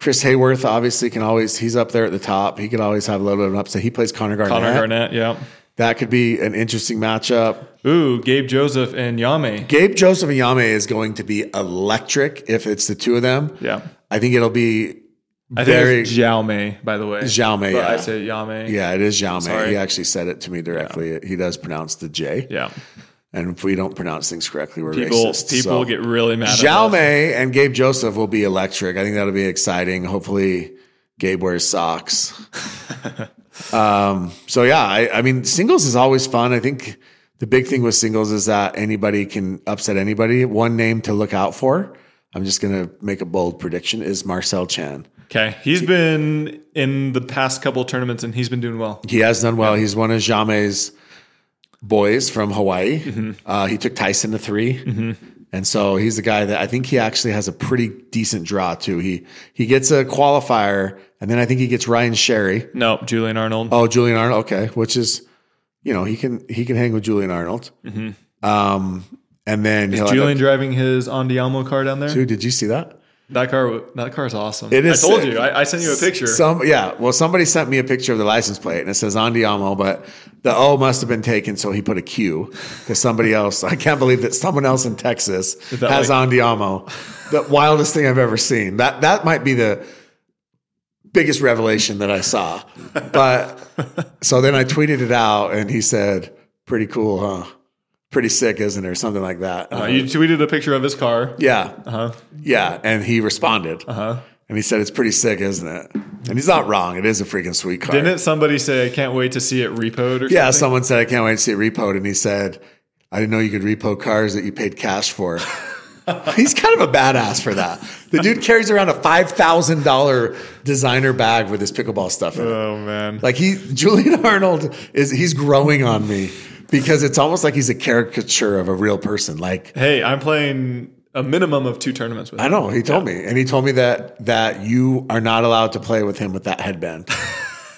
Speaker 2: Chris Hayworth obviously can always he's up there at the top. He can always have a little bit of an upset. He plays Connor Garnett.
Speaker 1: Connor Garnett, yeah.
Speaker 2: That could be an interesting matchup.
Speaker 1: Ooh, Gabe Joseph and Yame.
Speaker 2: Gabe Joseph and Yame is going to be electric if it's the two of them.
Speaker 1: Yeah.
Speaker 2: I think it'll be
Speaker 1: I
Speaker 2: Very-
Speaker 1: think it's Jaume, by the way. But
Speaker 2: Jaume, yeah.
Speaker 1: I say Yame.
Speaker 2: yeah, it is Yame.
Speaker 1: Sorry.
Speaker 2: He actually said it to me directly. He does pronounce the J.
Speaker 1: Yeah.
Speaker 2: And if we don't pronounce things correctly, we're
Speaker 1: People
Speaker 2: racist.
Speaker 1: people
Speaker 2: so.
Speaker 1: get really mad at us.
Speaker 2: Xiaomi and Gabe Joseph will be electric. I think that'll be exciting. Hopefully, Gabe wears socks. um, so yeah, I, I mean, singles is always fun. I think the big thing with singles is that anybody can upset anybody. One name to look out for. I'm just gonna make a bold prediction: is Marcel Chan.
Speaker 1: Okay. He's been in the past couple tournaments and he's been doing well.
Speaker 2: He has done well. He's one of Jame's boys from Hawaii. Uh, he took Tyson to 3 And so he's the guy that I think he actually has a pretty decent draw too. He he gets a qualifier, and then I think he gets Ryan Sherry.
Speaker 1: No, Julian Arnold.
Speaker 2: Oh, Julian Arnold. Okay, which is, you know, he can he can hang with Julian Arnold. Um, and then he'll end
Speaker 1: Julian
Speaker 2: up-
Speaker 1: driving his Andiamo car down there.
Speaker 2: Dude, did you see that?
Speaker 1: That car w- that car is awesome.
Speaker 2: It is
Speaker 1: I told
Speaker 2: sick.
Speaker 1: you. I, I sent you a picture.
Speaker 2: Some yeah. Well, somebody sent me a picture of the license plate and it says Andiamo, but the O must have been taken, so he put a Q because somebody else. I can't believe that someone else in Texas
Speaker 1: that
Speaker 2: has Andiamo. The wildest thing I've ever seen. That that might be the biggest revelation that I saw. But so then I tweeted it out and he said, "Pretty cool, huh? Pretty sick, isn't it?" Or something like that.
Speaker 1: Uh,
Speaker 2: Uh,
Speaker 1: you tweeted a picture of his car.
Speaker 2: yeah,
Speaker 1: Uh-huh.
Speaker 2: yeah, and he responded.
Speaker 1: Uh-huh.
Speaker 2: And he said, "It's pretty sick, isn't it?" And he's not wrong. It is a freaking sweet car.
Speaker 1: Didn't somebody say, I can't wait to see it repoed or
Speaker 2: yeah,
Speaker 1: something?
Speaker 2: someone said, "I can't wait to see it repoed," and he said, "I didn't know you could repo cars that you paid cash for." he's kind of a badass for that. The dude carries around a five thousand dollar designer bag with his pickleball stuff in it.
Speaker 1: Oh, man.
Speaker 2: Like he, Julian Arnold is he's growing on me. because it's almost like he's a caricature of a real person. Like
Speaker 1: Hey, I'm playing a minimum of two tournaments with
Speaker 2: I
Speaker 1: him.
Speaker 2: know he told me, and he told me that that you are not allowed to play with him with that headband.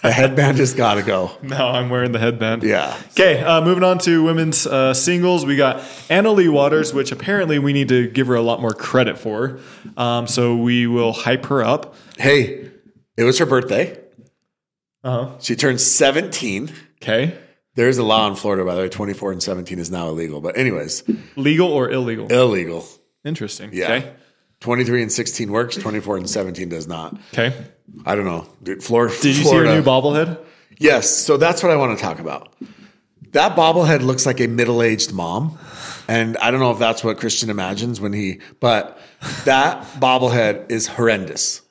Speaker 2: the headband has got to go.
Speaker 1: Now I'm wearing the headband.
Speaker 2: Yeah.
Speaker 1: Okay, uh, moving on to women's uh, singles, we got Anna Lee Waters, which apparently we need to give her a lot more credit for. Um, so we will hype her up.
Speaker 2: Hey, it was her birthday.
Speaker 1: Uh-huh.
Speaker 2: She turned 17.
Speaker 1: Okay,
Speaker 2: There is a law in Florida, by the way. 24 and 17 is now illegal. But, anyways,
Speaker 1: legal or illegal?
Speaker 2: illegal.
Speaker 1: Interesting.
Speaker 2: Yeah.
Speaker 1: Okay.
Speaker 2: 23 and 16 works, 24 and 17 does not.
Speaker 1: Okay.
Speaker 2: I don't know. Dude, Flor-
Speaker 1: Did you
Speaker 2: Florida.
Speaker 1: see her new bobblehead?
Speaker 2: Yes. So that's what I want to talk about. That bobblehead looks like a middle aged mom. And I don't know if that's what Christian imagines when he, but that bobblehead is horrendous.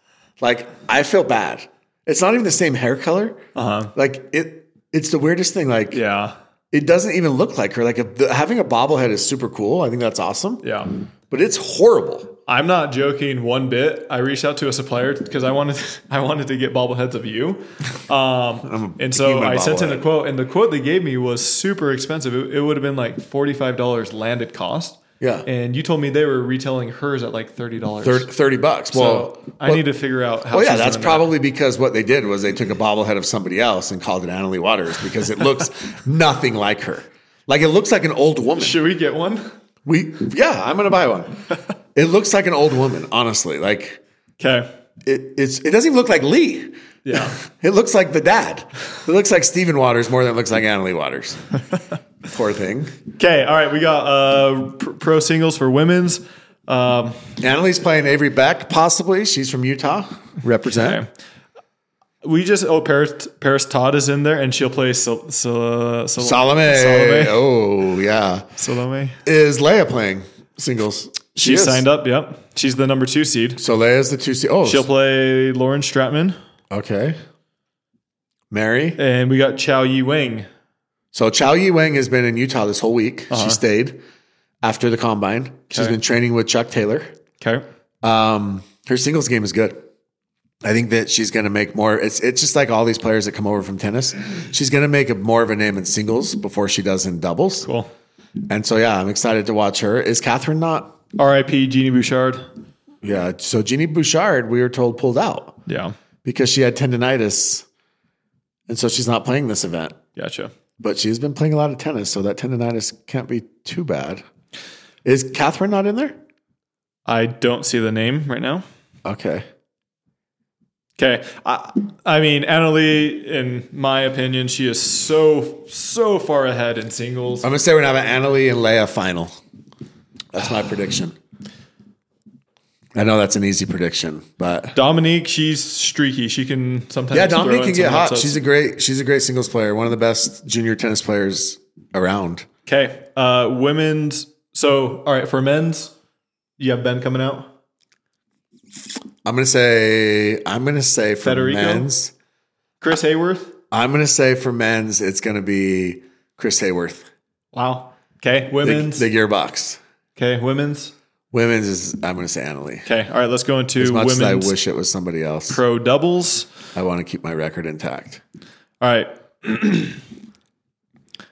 Speaker 2: Like, I feel bad. It's not even the same hair color. Uh-huh. Like, it, it's the weirdest thing. Like,
Speaker 1: Yeah.
Speaker 2: it doesn't even look like her. Like, if the, having a bobblehead is super cool. I think that's awesome.
Speaker 1: Yeah.
Speaker 2: But it's horrible.
Speaker 1: I'm not joking one bit. I reached out to a supplier because I wanted I wanted to get bobbleheads of you, um, and so
Speaker 2: human
Speaker 1: I sent in a
Speaker 2: bobblehead.
Speaker 1: quote, and the quote they gave me was super expensive. It, it would have been like forty five dollars landed cost.
Speaker 2: Yeah.
Speaker 1: and you told me they were retailing hers at like thirty dollars.
Speaker 2: Thir- 30 bucks. Well,
Speaker 1: So I need to figure out how.
Speaker 2: Well, Oh, yeah,
Speaker 1: she's
Speaker 2: that's
Speaker 1: doing that.
Speaker 2: probably because what they did was they took a bobblehead of somebody else and called it Annalie Waters because it looks nothing like her. Like it looks like an old woman.
Speaker 1: Should we get one?
Speaker 2: We, yeah, I'm gonna buy one. It looks like an old woman, honestly. Like
Speaker 1: Okay.
Speaker 2: it, it's it doesn't even look like Lee.
Speaker 1: Yeah.
Speaker 2: It looks like the dad. It looks like Stephen Waters more than it looks like Annalie Waters. Poor thing.
Speaker 1: Okay. All right. We got uh, pr- pro singles for women's. Um,
Speaker 2: Annalie's playing Avery Beck, possibly. She's from Utah. Represent.
Speaker 1: Okay. We just oh Paris, Paris Todd is in there and she'll play Sol, Sol, Sol,
Speaker 2: Salome.
Speaker 1: Salome.
Speaker 2: Oh, yeah.
Speaker 1: Salome.
Speaker 2: Is Leia playing singles?
Speaker 1: She signed up. Yep, she's the number two seed.
Speaker 2: So Leia's the two seed. Oh,
Speaker 1: She'll play Lauren Stratman
Speaker 2: okay. Mary.
Speaker 1: and we got Chow Yi Wang.
Speaker 2: So Chow Yi Wang has been in Utah this whole week. She stayed after the combine. She's
Speaker 1: Uh-huh. Okay.
Speaker 2: been training with Chuck Taylor.
Speaker 1: Okay,
Speaker 2: Um, her singles game is good. I think that she's going to make more. It's it's just like all these players that come over from tennis. She's going to make a, more of a name in singles before she does in doubles.
Speaker 1: cool.
Speaker 2: And so yeah, I'm excited to watch her. Is Catherine not?
Speaker 1: R.I.P. Jeannie Bouchard.
Speaker 2: Yeah. So Jeannie Bouchard, we were told pulled out.
Speaker 1: Yeah,
Speaker 2: because she had tendonitis, and so she's not playing this event.
Speaker 1: gotcha.
Speaker 2: But she has been playing a lot of tennis, so that tendonitis can't be too bad. Is Catherine not in there?
Speaker 1: I don't see the name right now.
Speaker 2: Okay.
Speaker 1: Okay, I, I mean Annalie, in my opinion, she is so so far ahead in singles.
Speaker 2: I'm gonna say we're gonna have an Annalie and Leia final. That's my prediction. I know that's an easy prediction, but
Speaker 1: Dominique, she's streaky. She can sometimes
Speaker 2: yeah,
Speaker 1: throw
Speaker 2: Dominique
Speaker 1: in
Speaker 2: can
Speaker 1: some
Speaker 2: get hot.
Speaker 1: upsets.
Speaker 2: She's a great she's a great singles player, one of the best junior tennis players around.
Speaker 1: Okay. Uh, women's. So, all right, for men's, you have Ben coming out.
Speaker 2: I'm gonna say I'm gonna say for
Speaker 1: Federico?
Speaker 2: men's,
Speaker 1: Chris Hayworth.
Speaker 2: I'm gonna say for men's, it's gonna be Chris Hayworth.
Speaker 1: Wow. Okay.
Speaker 2: The-
Speaker 1: Women's.
Speaker 2: The, gearbox.
Speaker 1: okay. Women's.
Speaker 2: Women's is I'm going to say Annalie.
Speaker 1: Okay. All right. Let's go into
Speaker 2: As much as I
Speaker 1: women's
Speaker 2: wish it was somebody else,
Speaker 1: pro doubles.
Speaker 2: I want to keep my record intact.
Speaker 1: All right.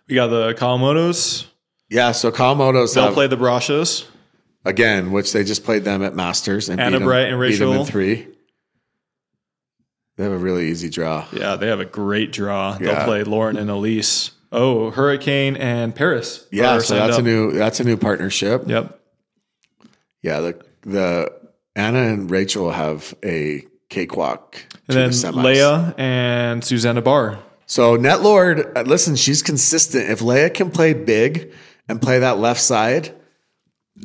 Speaker 1: we got the Kawamotos.
Speaker 2: Yeah, so Kawamoto's
Speaker 1: They'll
Speaker 2: have,
Speaker 1: play the Brashas.
Speaker 2: again, which they just played them at Masters and
Speaker 1: Anna
Speaker 2: beat 'em-
Speaker 1: Bright and
Speaker 2: beat 'em in
Speaker 1: Rachel.
Speaker 2: three. They have a really easy draw.
Speaker 1: Yeah, they have a great draw. They'll
Speaker 2: Yeah.
Speaker 1: play Lauren and Elise. Oh, Hurricane and Paris.
Speaker 2: Yeah,
Speaker 1: are
Speaker 2: so
Speaker 1: signed
Speaker 2: that's a
Speaker 1: up.
Speaker 2: new that's a new partnership.
Speaker 1: Yep.
Speaker 2: Yeah, the the Anna and Rachel have a cakewalk to
Speaker 1: And then
Speaker 2: the semis.
Speaker 1: Leia and Susanna Barr.
Speaker 2: So Netlord, uh, listen, she's consistent. If Leia can play big and play that left side,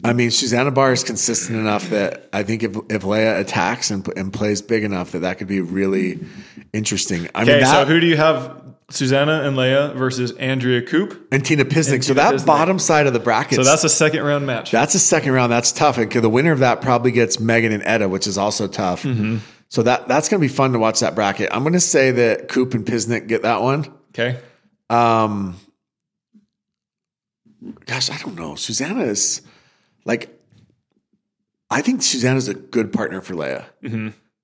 Speaker 2: I mean, Susanna Barr is consistent enough that I think if, if Leia attacks and, and plays big enough, that that could be really interesting. I mean,
Speaker 1: Okay, so
Speaker 2: that,
Speaker 1: who do you have? Susanna and Leia versus Andrea Coop.
Speaker 2: and Tina Pisnik. so
Speaker 1: Tina
Speaker 2: that
Speaker 1: Pisnik.
Speaker 2: bottom side of the bracket,
Speaker 1: So that's a second round match.
Speaker 2: that's a second round. That's tough. And the winner of that probably gets Megan and Etta, which is also tough.
Speaker 1: Mm-hmm.
Speaker 2: So that that's going to be fun to watch that bracket. I'm going to say that Coop and Pisnik get that one.
Speaker 1: okay.
Speaker 2: Um, gosh, I don't know. Susanna is like, I think Susanna's a good partner for Leia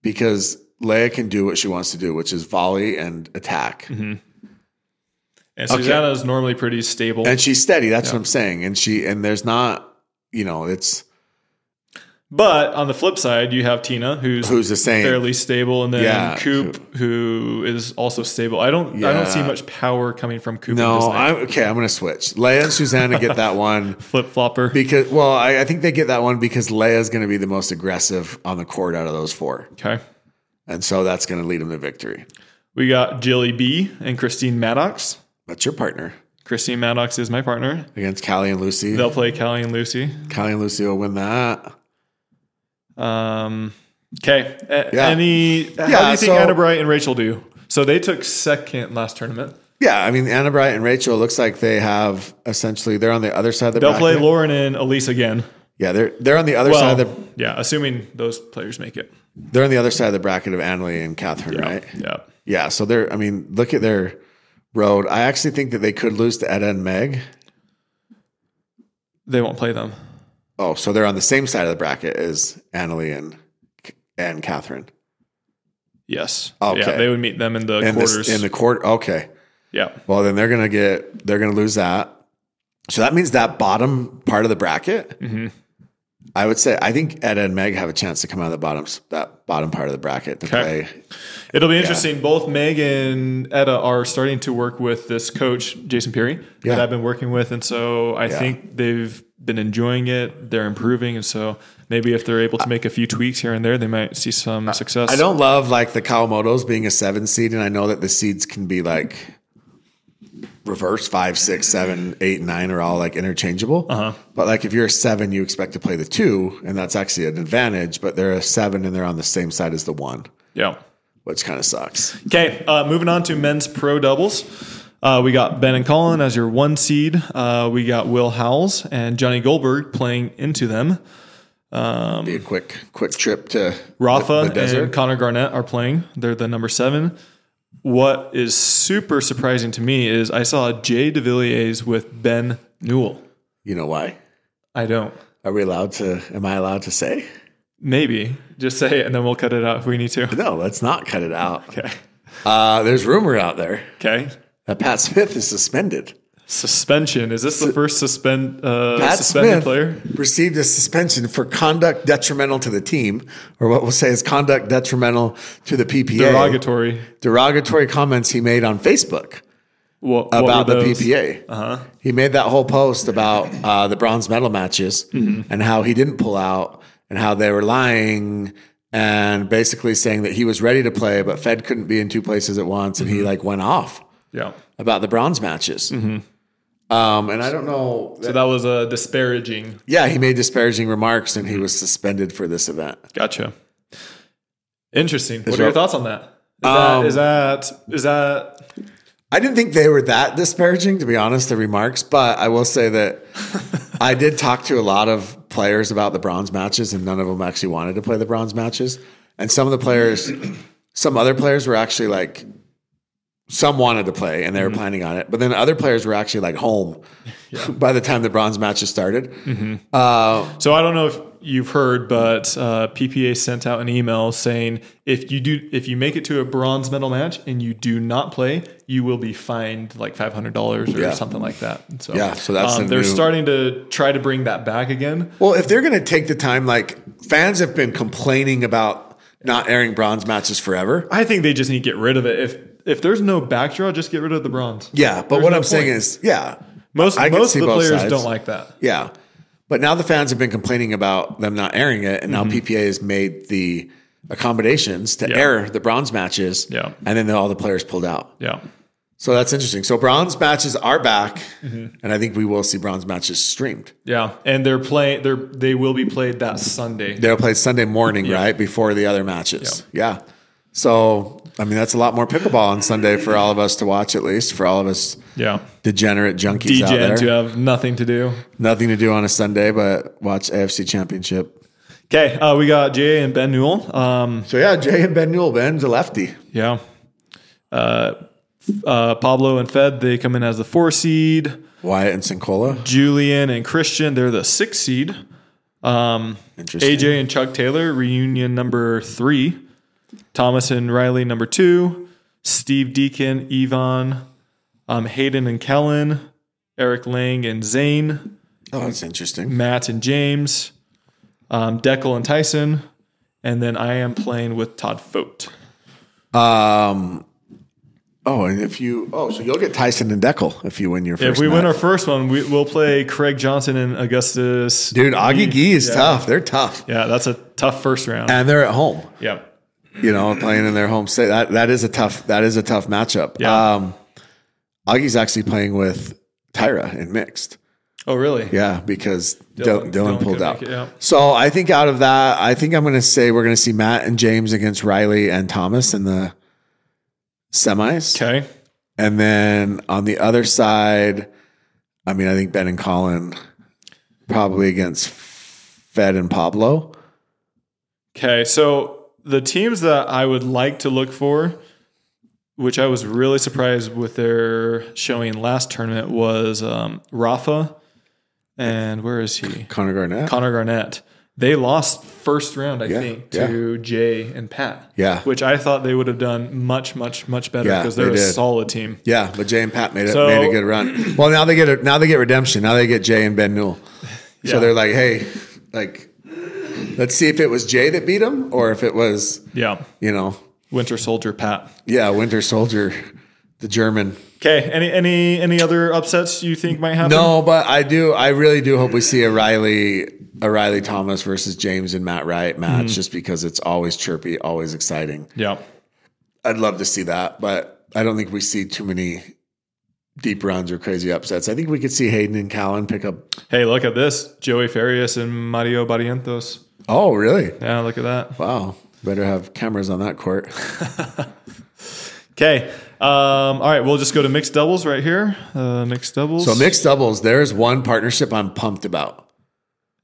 Speaker 2: because Leia can do what she wants to do, which is volley and attack.
Speaker 1: And Susanna is normally pretty stable.
Speaker 2: and she's steady. That's what I'm saying. And she and there's not, you know, it's
Speaker 1: But on the flip side, you have Tina, who's
Speaker 2: who's the same.
Speaker 1: fairly stable, and then
Speaker 2: Yeah.
Speaker 1: Coop, who is also stable. I don't, I
Speaker 2: Yeah.
Speaker 1: don't see much power coming from Coop.
Speaker 2: no, I'm okay. I'm gonna switch. Leia and Susanna get that one
Speaker 1: flip flopper.
Speaker 2: because well, I, I think they get that one because Leia's gonna be the most aggressive on the court out of those four,
Speaker 1: Okay,
Speaker 2: and so that's gonna lead them to victory.
Speaker 1: we got Jilly B and Christine Maddox.
Speaker 2: That's your partner
Speaker 1: Christine Maddox is my partner.
Speaker 2: against Callie and Lucy.
Speaker 1: They'll play Callie and Lucy.
Speaker 2: Callie and Lucy will win that.
Speaker 1: Um, okay. A-
Speaker 2: Yeah.
Speaker 1: Any? how do
Speaker 2: Yeah,
Speaker 1: you think
Speaker 2: so-
Speaker 1: Anna Bright and Rachel do? So they took second last tournament.
Speaker 2: Yeah, I mean Anna Bright and Rachel it looks like they have essentially they're on the other side of the
Speaker 1: They'll play
Speaker 2: bracket.
Speaker 1: Lauren and Elise again.
Speaker 2: Yeah, they're they're on the other
Speaker 1: Well,
Speaker 2: side of the
Speaker 1: yeah, assuming those players make it.
Speaker 2: they're on the other side of the bracket of Annalie and Catherine, right?
Speaker 1: Yeah.
Speaker 2: Yeah, so they're I mean, look at their road. I actually think that they could lose to Etta and Meg.
Speaker 1: They won't play them.
Speaker 2: Oh, so they're on the same side of the bracket as Annalie and and Catherine.
Speaker 1: Yes.
Speaker 2: Okay.
Speaker 1: Yeah, they would meet them in the
Speaker 2: In,
Speaker 1: quarters.
Speaker 2: this, in the court. Okay.
Speaker 1: yeah.
Speaker 2: Well, then they're gonna get they're gonna lose that. So that means that bottom part of the bracket. I would say I think Etta and Meg have a chance to come out of the bottom that bottom part of the bracket to
Speaker 1: Okay.
Speaker 2: play.
Speaker 1: It'll be interesting. Both Meg and Etta are starting to work with this coach, Jason Peary, that
Speaker 2: Yeah.
Speaker 1: I've been working with. And so I think they've been enjoying it. They're improving. And so maybe if they're able to make a few tweaks here and there, they might see some success.
Speaker 2: I don't love like the Kawamotos being a seven seed, and I know that the seeds can be like reverse five, six, seven, eight, and nine are all like interchangeable. But like if you're a seven, you expect to play the two, and that's actually an advantage. But they're a seven, and they're on the same side as the one,
Speaker 1: Yeah.
Speaker 2: which kind of sucks.
Speaker 1: Okay. Uh, moving on to men's pro doubles. Uh, we got Ben and Colin as your one seed. Uh, we got Will Howells and Johnny Goldberg playing into them.
Speaker 2: be a quick, quick trip to
Speaker 1: Rafa
Speaker 2: the, the
Speaker 1: and
Speaker 2: desert.
Speaker 1: Connor Garnett are playing. They're the number seven. What is super surprising to me is I saw Jay DeVilliers with Ben Newell.
Speaker 2: you know why?
Speaker 1: I don't.
Speaker 2: Are we allowed to? Am I allowed to say?
Speaker 1: Maybe. Just say it and then we'll cut it out if we need to.
Speaker 2: No, let's not cut it out.
Speaker 1: Okay.
Speaker 2: Uh, there's rumor out there
Speaker 1: Okay.
Speaker 2: that Pat Smith is suspended.
Speaker 1: Suspension. Is this the first suspend uh,
Speaker 2: Pat
Speaker 1: suspended
Speaker 2: Smith
Speaker 1: player?
Speaker 2: received a suspension for conduct detrimental to the team, or what we'll say is conduct detrimental to the PPA.
Speaker 1: Derogatory.
Speaker 2: Derogatory comments he made on Facebook
Speaker 1: What, what
Speaker 2: about
Speaker 1: were
Speaker 2: the
Speaker 1: those?
Speaker 2: PPA. Uh-huh. He made that whole post about uh, the bronze medal matches
Speaker 1: Mm-hmm.
Speaker 2: and how he didn't pull out and how they were lying and basically saying that he was ready to play, but Fed couldn't be in two places at once, and
Speaker 1: Mm-hmm.
Speaker 2: he like went off
Speaker 1: Yeah.
Speaker 2: about the bronze matches.
Speaker 1: Mm-hmm.
Speaker 2: Um, and I don't know.
Speaker 1: So that was a disparaging.
Speaker 2: Yeah, he made disparaging remarks and he
Speaker 1: Mm-hmm.
Speaker 2: was suspended for this event.
Speaker 1: Gotcha. Interesting. What are your
Speaker 2: Rob-
Speaker 1: thoughts on that? Is,
Speaker 2: Um,
Speaker 1: that? is that is that
Speaker 2: I didn't think they were that disparaging, to be honest, the remarks, but I will say that I did talk to a lot of players about the bronze matches, and none of them actually wanted to play the bronze matches. And some of the players, some other players were actually like, some wanted to play and they were
Speaker 1: Mm-hmm.
Speaker 2: planning on it, but then other players were actually like home by the time the bronze matches started.
Speaker 1: Mm-hmm. So I don't know if you've heard, but uh, PPA sent out an email saying if you do, if you make it to a bronze medal match and you do not play, you will be fined like five hundred dollars or
Speaker 2: Yeah.
Speaker 1: something like that. And So um,
Speaker 2: Yeah, so that's the
Speaker 1: they're
Speaker 2: new-
Speaker 1: starting to try to bring that back again.
Speaker 2: Well, if they're going to take the time, like fans have been complaining about not airing bronze matches forever.
Speaker 1: I think they just need to get rid of it. If if there's no backdraw, just get rid of the bronze.
Speaker 2: Yeah, but
Speaker 1: There's
Speaker 2: what
Speaker 1: no
Speaker 2: I'm saying
Speaker 1: point.
Speaker 2: is, yeah,
Speaker 1: most
Speaker 2: I can
Speaker 1: most
Speaker 2: see
Speaker 1: of the
Speaker 2: both
Speaker 1: players
Speaker 2: sides.
Speaker 1: don't like that.
Speaker 2: yeah. But now the fans have been complaining about them not airing it, and now PPA has made the accommodations to
Speaker 1: Mm-hmm. Yeah.
Speaker 2: air the bronze matches.
Speaker 1: Yeah.
Speaker 2: and then all the players pulled out.
Speaker 1: Yeah,
Speaker 2: So that's interesting. So bronze matches are back,
Speaker 1: Mm-hmm.
Speaker 2: and I think we will see bronze matches streamed.
Speaker 1: yeah, and they're playing. They're they will be played that Sunday.
Speaker 2: They'll play Sunday morning, right before the other matches. Yeah. So I mean, that's a lot more pickleball on Sunday for all of us to watch, at least for all of us
Speaker 1: yeah, E
Speaker 2: degenerate junkies out there.
Speaker 1: DJs who have nothing to do.
Speaker 2: Nothing to do on a Sunday but watch AFC Championship.
Speaker 1: Okay, uh, we got Jay and Ben Newell. Um,
Speaker 2: So yeah, Jay and Ben Newell. Ben's a lefty.
Speaker 1: yeah. Uh, uh, Pablo and Fed, they come in as the four seed.
Speaker 2: Wyatt and Sincola.
Speaker 1: Julian and Christian, they're the six seed. Um,
Speaker 2: Interesting.
Speaker 1: AJ and Chuck Taylor, reunion number three. Thomas and Riley, number two. Steve Deacon, Yvonne, um, Hayden and Kellen, Eric Lang and Zane,
Speaker 2: Oh, that's interesting.
Speaker 1: Matt and James, um, Deckel and Tyson, and then I am playing with Todd Fote.
Speaker 2: Um, oh, and if you, oh, so you'll get Tyson and Deckel if you win your
Speaker 1: If
Speaker 2: first.
Speaker 1: we win our
Speaker 2: match.
Speaker 1: first one, we, we'll play Craig Johnson and Augustus.
Speaker 2: dude, Augie Gee is
Speaker 1: Yeah.
Speaker 2: tough. They're tough,
Speaker 1: Yeah, that's a tough first round.
Speaker 2: and they're at home.
Speaker 1: yeah.
Speaker 2: You know, playing in their home state. That that is a tough. That is a tough matchup.
Speaker 1: Yeah.
Speaker 2: Um, Augie's actually playing with Tyra in mixed.
Speaker 1: Oh, really?
Speaker 2: Yeah, because Dylan,
Speaker 1: Dylan-
Speaker 2: Dylan,
Speaker 1: Dylan
Speaker 2: pulled
Speaker 1: could
Speaker 2: out.
Speaker 1: make it, yeah.
Speaker 2: So I think out of that, I think I'm going to say we're going to see Matt and James against Riley and Thomas in the semis.
Speaker 1: Okay.
Speaker 2: And then on the other side, I mean, I think Ben and Colin probably against Fed and Pablo.
Speaker 1: Okay. So the teams that I would like to look for, which I was really surprised with their showing last tournament, was um, Rafa and where is he?
Speaker 2: Connor Garnett.
Speaker 1: Connor Garnett. They lost first round, I think,
Speaker 2: yeah.
Speaker 1: to Jay and Pat.
Speaker 2: Yeah.
Speaker 1: Which I thought they would have done much, much, much better
Speaker 2: Yeah,
Speaker 1: because
Speaker 2: they
Speaker 1: they're a
Speaker 2: did.
Speaker 1: solid team.
Speaker 2: yeah, but Jay and Pat made it
Speaker 1: So-
Speaker 2: made a good run. Well, now they get a, now they get redemption. Now they get Jay and Ben Newell.
Speaker 1: Yeah.
Speaker 2: So they're like, hey, like, let's see if it was Jay that beat him or if it was
Speaker 1: Yeah.
Speaker 2: you know,
Speaker 1: Winter Soldier Pat.
Speaker 2: yeah, Winter Soldier, the German.
Speaker 1: Okay. Any any any other upsets you think might happen?
Speaker 2: No, but I do. I really do hope we see a Riley, a Riley Thomas versus James and Matt Wright match, just because it's always chirpy, always exciting.
Speaker 1: Yeah.
Speaker 2: I'd love to see that, but I don't think we see too many deep runs or crazy upsets. I think we could see Hayden and Callan pick up.
Speaker 1: Hey, look at this. Joey Farias and Mario Barrientos.
Speaker 2: Oh, really?
Speaker 1: Yeah, look at that.
Speaker 2: Wow. Better have cameras on that court.
Speaker 1: Okay. Um, all right, we'll just go to mixed doubles right here. Uh, mixed doubles.
Speaker 2: So mixed doubles. There's one partnership I'm pumped about.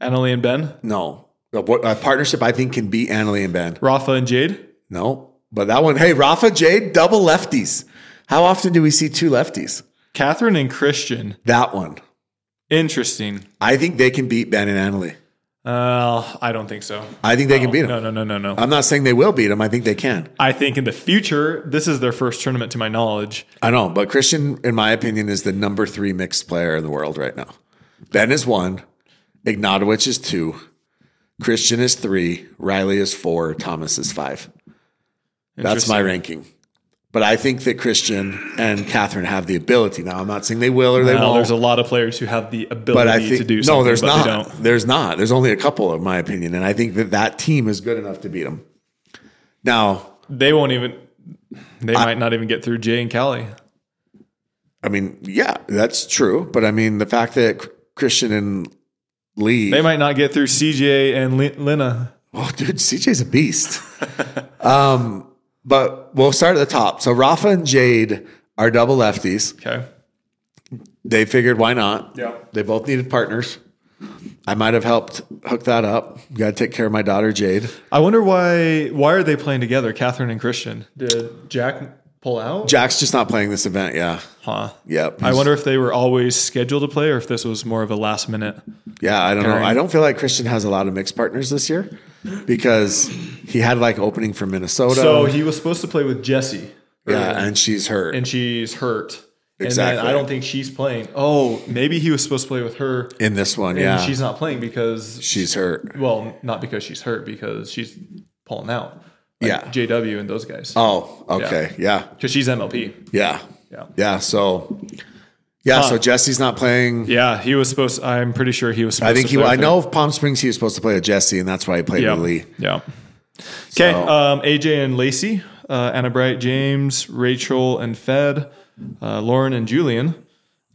Speaker 1: Annalie and Ben.
Speaker 2: No, a, a partnership I think can beat Annalie and Ben.
Speaker 1: Rafa and Jade.
Speaker 2: No, but that one. Hey, Rafa Jade, double lefties. How often do we see two lefties?
Speaker 1: Catherine and Christian.
Speaker 2: That one.
Speaker 1: Interesting.
Speaker 2: I think they can beat Ben and Annalie.
Speaker 1: Uh, I don't think so.
Speaker 2: I think they can beat them.
Speaker 1: Oh, No, no, no, no, no.
Speaker 2: I'm not saying they will beat them. I think they can.
Speaker 1: I think in the future, this is their first tournament to my knowledge.
Speaker 2: I know, but Christian, in my opinion, is the number three mixed player in the world right now. Ben is one, Ignatowicz is two, Christian is three, Riley is four, Thomas is five. That's my
Speaker 1: Interesting.
Speaker 2: ranking. But I think that Christian and Catherine have the ability. Now, I'm not saying they will or they
Speaker 1: Now,
Speaker 2: won't.
Speaker 1: there's a lot of players who have the ability
Speaker 2: but I think
Speaker 1: to do something.
Speaker 2: no, there's
Speaker 1: but
Speaker 2: not.
Speaker 1: They don't.
Speaker 2: There's not. There's only a couple, in my opinion, and I think that that team is good enough to beat them. Now,
Speaker 1: They won't even. They might not even get through Jay and Callie.
Speaker 2: I mean, yeah, that's true, but I mean, the fact that Christian and Lee,
Speaker 1: They might not get through CJ and Li- Lena.
Speaker 2: oh, dude, CJ's a beast. um, but we'll start at the top. So Rafa and Jade are double lefties.
Speaker 1: Okay.
Speaker 2: They figured, why not?
Speaker 1: Yeah.
Speaker 2: They both needed partners. I might have helped hook that up. Got to take care of my daughter Jade.
Speaker 1: I wonder why. Why are they playing together, Catherine and Christian? Did Jack pull out?
Speaker 2: Jack's just not playing this event. Yeah.
Speaker 1: Huh.
Speaker 2: Yep.
Speaker 1: I wonder if they were always scheduled to play, or if this was more of a last minute.
Speaker 2: Yeah, I don't know.
Speaker 1: Okay.
Speaker 2: I don't feel like Christian has a lot of mixed partners this year because he had like opening from Minnesota.
Speaker 1: So he was supposed to play with Jesse.
Speaker 2: yeah, and she's hurt.
Speaker 1: and she's hurt. And
Speaker 2: Exactly.
Speaker 1: then I don't think she's playing. Oh, maybe he was supposed to play with her,
Speaker 2: in this one,
Speaker 1: and
Speaker 2: yeah, she's,
Speaker 1: she's not playing because,
Speaker 2: hurt.
Speaker 1: well, not because she's hurt, because she's pulling out.
Speaker 2: Yeah.
Speaker 1: JW and those guys.
Speaker 2: Oh, okay, yeah,
Speaker 1: Because she's MLP.
Speaker 2: yeah, yeah.
Speaker 1: Yeah.
Speaker 2: so, yeah, so Jesse's not playing.
Speaker 1: Yeah, he was supposed. I'm pretty sure he was. supposed
Speaker 2: I think
Speaker 1: to
Speaker 2: he.
Speaker 1: play
Speaker 2: I
Speaker 1: with her.
Speaker 2: know of Palm Springs he was supposed to play a Jesse, and that's why he played
Speaker 1: Yeah.
Speaker 2: with Lee.
Speaker 1: Yeah. Okay.
Speaker 2: So-
Speaker 1: Um, AJ and Lacey, uh, Anna Bright, James, Rachel and Fed, uh, Lauren and Julian,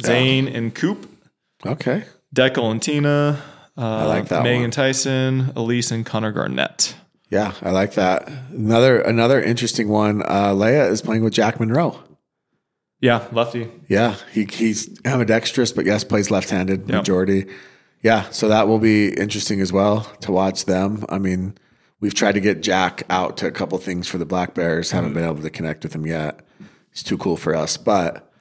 Speaker 1: Zane and Coop,
Speaker 2: Okay,
Speaker 1: Deckel and Tina, uh, I
Speaker 2: like that
Speaker 1: Megan
Speaker 2: one.
Speaker 1: Tyson, Elise and Connor Garnett.
Speaker 2: yeah, I like that. Another another interesting one. Uh, Leia is playing with Jack Monroe.
Speaker 1: Yeah, lefty.
Speaker 2: Yeah, he, he's ambidextrous, but yes, plays left-handed
Speaker 1: Yep.
Speaker 2: majority. Yeah, so that will be interesting as well to watch them. I mean, we've tried to get Jack out to a couple things for the Black Bears, haven't been able to connect with him yet. He's too cool for us, but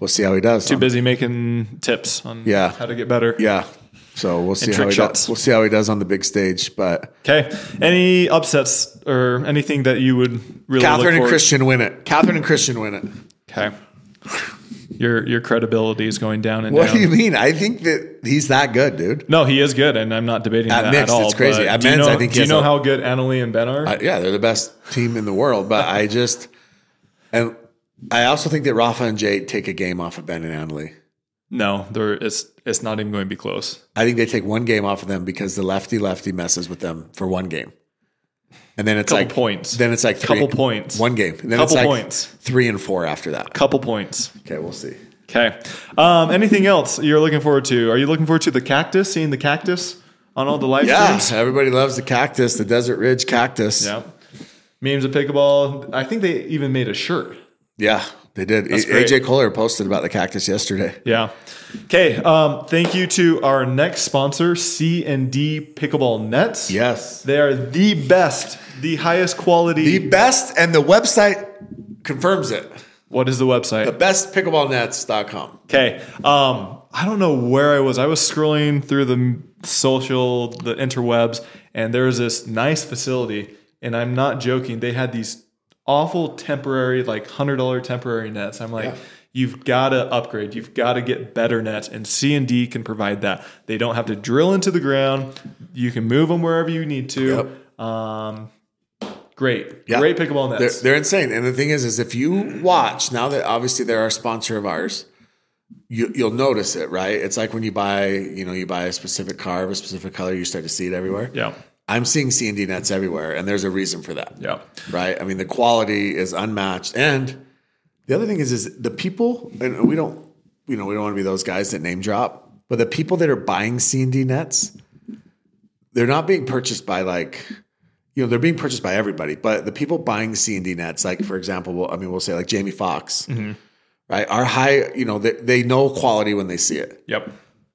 Speaker 2: we'll see how he does.
Speaker 1: Too busy making tips on
Speaker 2: Yeah.
Speaker 1: how to get better.
Speaker 2: Yeah, so we'll see
Speaker 1: And
Speaker 2: how he
Speaker 1: trick
Speaker 2: does.
Speaker 1: shots.
Speaker 2: We'll see how he does on the big stage. But
Speaker 1: Okay. Any upsets or anything that you would really
Speaker 2: Catherine
Speaker 1: look
Speaker 2: and
Speaker 1: for?
Speaker 2: Christian win it. Catherine and Christian win it.
Speaker 1: Okay. your your credibility is going down and
Speaker 2: What
Speaker 1: down.
Speaker 2: do you mean? I think that he's that good, dude.
Speaker 1: No, he is good, and I'm not debating
Speaker 2: At
Speaker 1: that
Speaker 2: mixed,
Speaker 1: at all.
Speaker 2: it's crazy.
Speaker 1: but
Speaker 2: At
Speaker 1: do you
Speaker 2: men's,
Speaker 1: know,
Speaker 2: I think he
Speaker 1: do you
Speaker 2: has
Speaker 1: know
Speaker 2: a-
Speaker 1: how good Annalie and Ben are?
Speaker 2: I- yeah, they're the best team in the world. But I just, and I also think that Rafa and Jade take a game off of Ben and Annalie.
Speaker 1: no, they're, it's it's not even going to be close.
Speaker 2: I think they take one game off of them because the lefty lefty messes with them for one game, and then it's
Speaker 1: Couple
Speaker 2: like
Speaker 1: points.
Speaker 2: Then it's like
Speaker 1: Couple points.
Speaker 2: one game. And then it's
Speaker 1: Couple
Speaker 2: like
Speaker 1: points.
Speaker 2: three and four after that.
Speaker 1: Couple points.
Speaker 2: Okay, we'll see.
Speaker 1: Okay. Um, anything else you're looking forward to? Are you looking forward to the cactus? Seeing the cactus on all the live
Speaker 2: Yeah,
Speaker 1: streams?
Speaker 2: everybody loves the cactus, the Desert Ridge cactus.
Speaker 1: Yeah. Memes of pickleball. I think they even made a shirt.
Speaker 2: Yeah, they did. A-
Speaker 1: great.
Speaker 2: AJ Kohler posted about the cactus yesterday.
Speaker 1: Yeah. Okay. Um, thank you to our next sponsor, C and D Pickleball Nets.
Speaker 2: Yes.
Speaker 1: They are the best, the highest quality.
Speaker 2: The best, and the website confirms it.
Speaker 1: what is the website?
Speaker 2: The best pickleballnets.com.
Speaker 1: Okay. Um, I don't know where I was. I was scrolling through the m- social, the interwebs, and there was this nice facility. And I'm not joking. They had these awful temporary, like hundred dollar temporary nets. I'm like, you've got to upgrade. You've got to get better nets, and C and D can provide that. They don't have to drill into the ground. You can move them wherever you need to. Um, great,
Speaker 2: Yeah.
Speaker 1: great pickleball
Speaker 2: They're,
Speaker 1: nets.
Speaker 2: they're insane. And the thing is, is if you watch, now that obviously they're our sponsor of ours, you, you'll notice it, right? It's like when you buy, you know, you buy a specific car of a specific color, you start to see it everywhere.
Speaker 1: yeah,
Speaker 2: I'm seeing C&D nets everywhere, and there's a reason for that.
Speaker 1: yeah,
Speaker 2: right? I mean, the quality is unmatched. And the other thing is, is the people, and we don't, you know, we don't want to be those guys that name drop, but the people that are buying C and D nets, they're not being purchased by like, you know, they're being purchased by everybody. But the people buying C and D nets, like for example, we'll, I mean, we'll say like Jamie Fox, right? Are high, you know, they, they know quality when they see it.
Speaker 1: yep.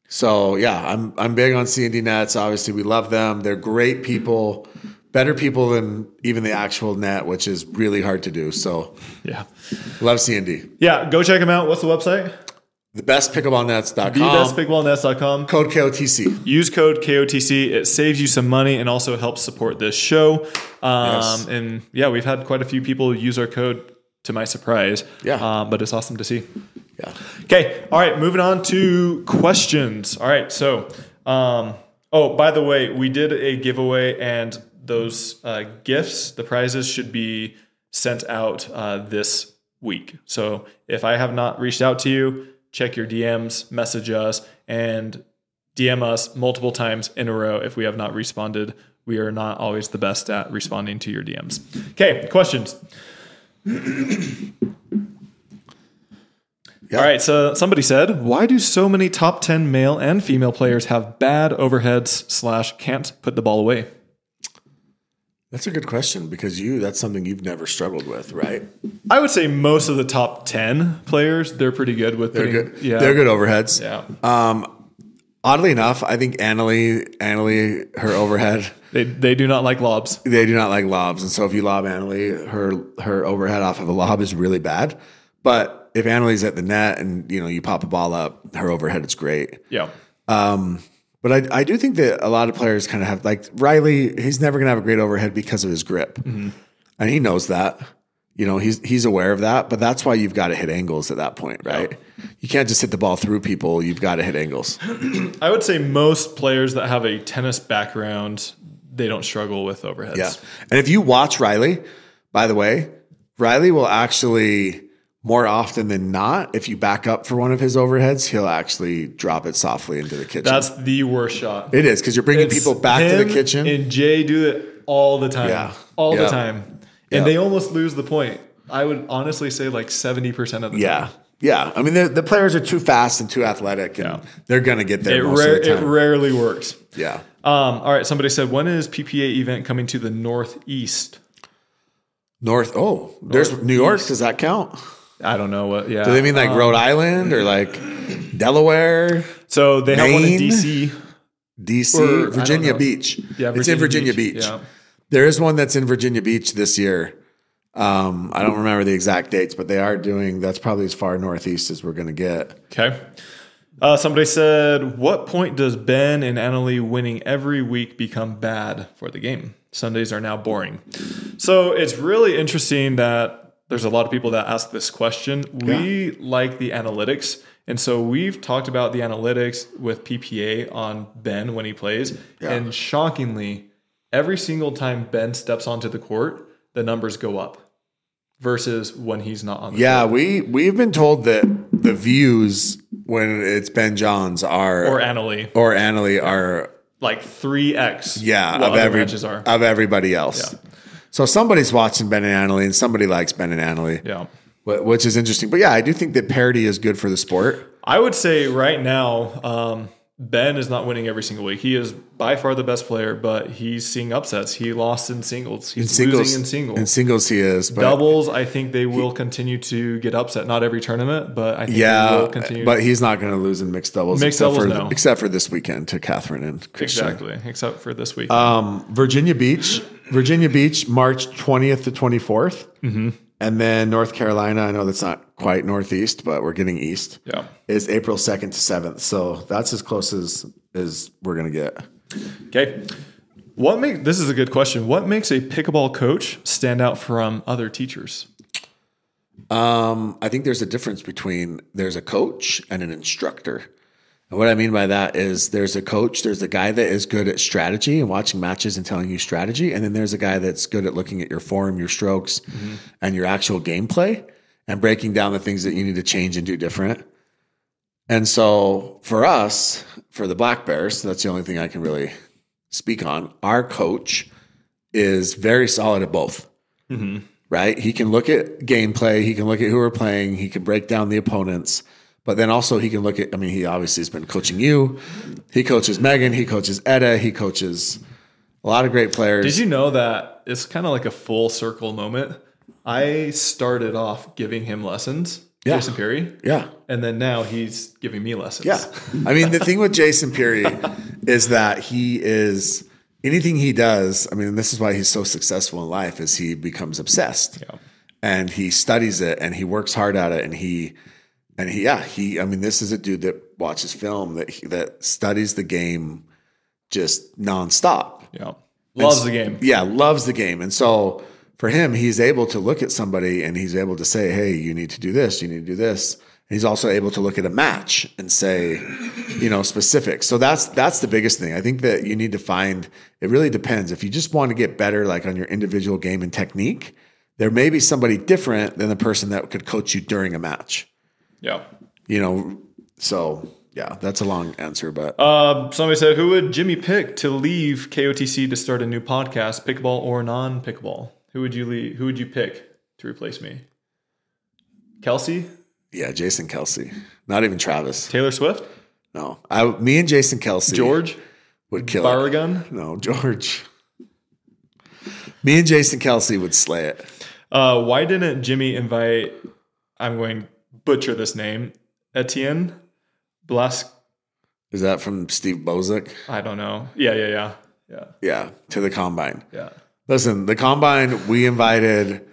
Speaker 2: So yeah, I'm I'm big on C and D Nets. Obviously, we love them. They're great people, better people than even the actual net, which is really hard to do. So
Speaker 1: Yeah.
Speaker 2: love C and D.
Speaker 1: Yeah. Go check them out. What's the website?
Speaker 2: The best pickleballnets.com.
Speaker 1: thebestpickleballnets.com.
Speaker 2: Code KOTC.
Speaker 1: Use code KOTC. It saves you some money and also helps support this show. Um,
Speaker 2: Yes.
Speaker 1: And yeah, we've had quite a few people use our code to my surprise.
Speaker 2: Yeah.
Speaker 1: Um, but it's awesome to see.
Speaker 2: Yeah.
Speaker 1: Okay. All right. Moving on to questions. All right. So, um, oh, by the way, we did a giveaway and those uh, gifts, the prizes should be sent out uh, this week. So if I have not reached out to you, check your DMs, message us, and DM us multiple times in a row if we have not responded. We are not always the best at responding to your DMs. Okay, questions.
Speaker 2: Yeah.
Speaker 1: All right, so somebody said, "Why do so many top ten male and female players have bad overheads slash can't put the ball away?"
Speaker 2: That's a good question because you that's something you've never struggled with, right?
Speaker 1: I would say most of the top ten players they're pretty good with.
Speaker 2: They're
Speaker 1: putting-
Speaker 2: good.
Speaker 1: Yeah,
Speaker 2: They're good overheads.
Speaker 1: Yeah,
Speaker 2: Oddly enough, I think Annalie, Annalie, her overhead,
Speaker 1: they they do not like lobs.
Speaker 2: they do not like lobs. And so if you lob Annalie, her her overhead off of a lob is really bad. But if Annalie's at the net and you know you pop a ball up, her overhead is great.
Speaker 1: Yeah,
Speaker 2: But I, I do think that a lot of players kind of have like Riley. He's never going to have a great overhead because of his grip, and he knows that. You know, he's he's aware of that. But that's why you've got to hit angles at that point, right? You can't just hit the ball through people. You've got to hit angles.
Speaker 1: I would say most players that have a tennis background they don't struggle with overheads.
Speaker 2: Yeah. And if you watch Riley, by the way, Riley will actually more often than not, if you back up for one of his overheads, he'll actually drop it softly into the kitchen.
Speaker 1: that's the worst shot.
Speaker 2: it is because you're bringing people back to
Speaker 1: Him
Speaker 2: the kitchen.
Speaker 1: And Jay do it all the time.
Speaker 2: Yeah.
Speaker 1: All the
Speaker 2: Yeah.
Speaker 1: time.
Speaker 2: Yeah.
Speaker 1: And they almost lose the point. I would honestly say like 70% of the
Speaker 2: yeah.
Speaker 1: time.
Speaker 2: Yeah. I mean, the, the players are too fast and too athletic, and
Speaker 1: Yeah.
Speaker 2: they're going to get there
Speaker 1: It,
Speaker 2: most
Speaker 1: rare,
Speaker 2: of the
Speaker 1: it
Speaker 2: time.
Speaker 1: rarely works.
Speaker 2: yeah.
Speaker 1: Um, all right. Somebody said, when is PPA event coming to the Northeast?
Speaker 2: North. Oh, there's New York. Does that count?
Speaker 1: I don't know what. Yeah.
Speaker 2: Do they mean like Rhode Island or like Delaware?
Speaker 1: so they have one in
Speaker 2: Maine?
Speaker 1: DC.
Speaker 2: DC,
Speaker 1: Or, I don't
Speaker 2: Virginia
Speaker 1: know.
Speaker 2: Beach.
Speaker 1: Yeah.
Speaker 2: it's in Virginia Beach.
Speaker 1: Yeah.
Speaker 2: There is one that's in Virginia Beach this year. Um, I don't remember the exact dates, but they are doing. That's probably as far northeast as we're going to get.
Speaker 1: Okay. Uh, somebody said, "What point does Ben and Annalie winning every week become bad for the game? Sundays are now boring." So it's really interesting that there's a lot of people that ask this question. We like the analytics. And so we've talked about the analytics with PPA on Ben when he plays. And shockingly, every single time Ben steps onto the court, the numbers go up versus when he's not on the
Speaker 2: Yeah, we we've been told that the views when it's Ben Johns are
Speaker 1: court. Or
Speaker 2: or,
Speaker 1: Annalee,
Speaker 2: Annalee are
Speaker 1: like 3x.
Speaker 2: yeah
Speaker 1: what
Speaker 2: of
Speaker 1: other
Speaker 2: every
Speaker 1: matches are.
Speaker 2: of everybody else. So somebody's watching Ben and Annalee, and somebody likes Ben and Annalee,
Speaker 1: yeah.
Speaker 2: wh- which is interesting. But yeah, I do think that parity is good for the sport.
Speaker 1: I would say right now, um, Ben is not winning every single week. He is by far the best player, but he's seeing upsets. He lost in singles. He's losing in singles.
Speaker 2: in singles he is, but
Speaker 1: Doubles, I think they will continue to get upset. Not every tournament, but I think they will
Speaker 2: yeah,
Speaker 1: continue.
Speaker 2: but he's not going to lose in mixed doubles.
Speaker 1: Mixed
Speaker 2: except
Speaker 1: doubles,
Speaker 2: for,
Speaker 1: no.
Speaker 2: except for this weekend to Catherine and Christian.
Speaker 1: exactly, except for this week.
Speaker 2: Um, Virginia Beach, Virginia Beach, March 20th to 24th.
Speaker 1: Mm-hmm.
Speaker 2: And then North Carolina, I know that's not quite Northeast, but we're getting East,
Speaker 1: yeah,
Speaker 2: is April 2nd to 7th. So that's as close as, as we're going to get.
Speaker 1: okay. What make this is a good question. What makes a pickleball coach stand out from other teachers?
Speaker 2: Um, I think there's a difference between there's a coach and an instructor. And what I mean by that is there's a coach, there's a guy that is good at strategy and watching matches and telling you strategy, and then there's a guy that's good at looking at your form, your strokes, and your actual gameplay and breaking down the things that you need to change and do different. And so for us, for the Black Bears, that's the only thing I can really speak on. Our coach is very solid at both right? He can look at gameplay, he can look at who we're playing, he can break down the opponents, but then also he can look at, I mean, he obviously has been coaching you. He coaches Megan, he coaches Etta, he coaches a lot of great players.
Speaker 1: Did you know that it's kind of like a full circle moment? I started off giving him lessons,
Speaker 2: Yeah.
Speaker 1: Jason Perry,
Speaker 2: yeah.
Speaker 1: and then now he's giving me lessons.
Speaker 2: Yeah. I mean, the thing with Jason Peary is that he is anything he does, I mean, this is why he's so successful in life is he becomes obsessed.
Speaker 1: Yeah.
Speaker 2: And he studies it and he works hard at it and he and he yeah, he I mean, this is a dude that watches film that he, that studies the game just nonstop.
Speaker 1: yeah. Loves the game.
Speaker 2: Yeah, loves the game. And so for him, he's able to look at somebody and he's able to say, hey, you need to do this, you need to do this. And he's also able to look at a match and say, you know, specifics. So that's that's the biggest thing. I think that you need to find it really depends. If you just want to get better like on your individual game and technique, there may be somebody different than the person that could coach you during a match.
Speaker 1: Yeah.
Speaker 2: You know, so yeah, that's a long answer, but
Speaker 1: Um, somebody said, "Who would Jimmy pick to leave KOTC to start a new podcast, pickleball or non-pickleball? Who would you leave, Who would you pick to replace me? Kelsey,
Speaker 2: yeah, Jason Kelsey. Not even Travis.
Speaker 1: Taylor Swift,
Speaker 2: No. I me and Jason Kelsey.
Speaker 1: George,
Speaker 2: would kill it.
Speaker 1: Barragan."
Speaker 2: No, George. Me and Jason Kelsey would slay it.
Speaker 1: Uh, why didn't Jimmy invite? I'm going to butcher this name. Etienne Blask.
Speaker 2: Is that from Steve Bozick?
Speaker 1: I don't know. Yeah, yeah, yeah, yeah,
Speaker 2: Yeah, to the combine.
Speaker 1: yeah.
Speaker 2: Listen, the combine we invited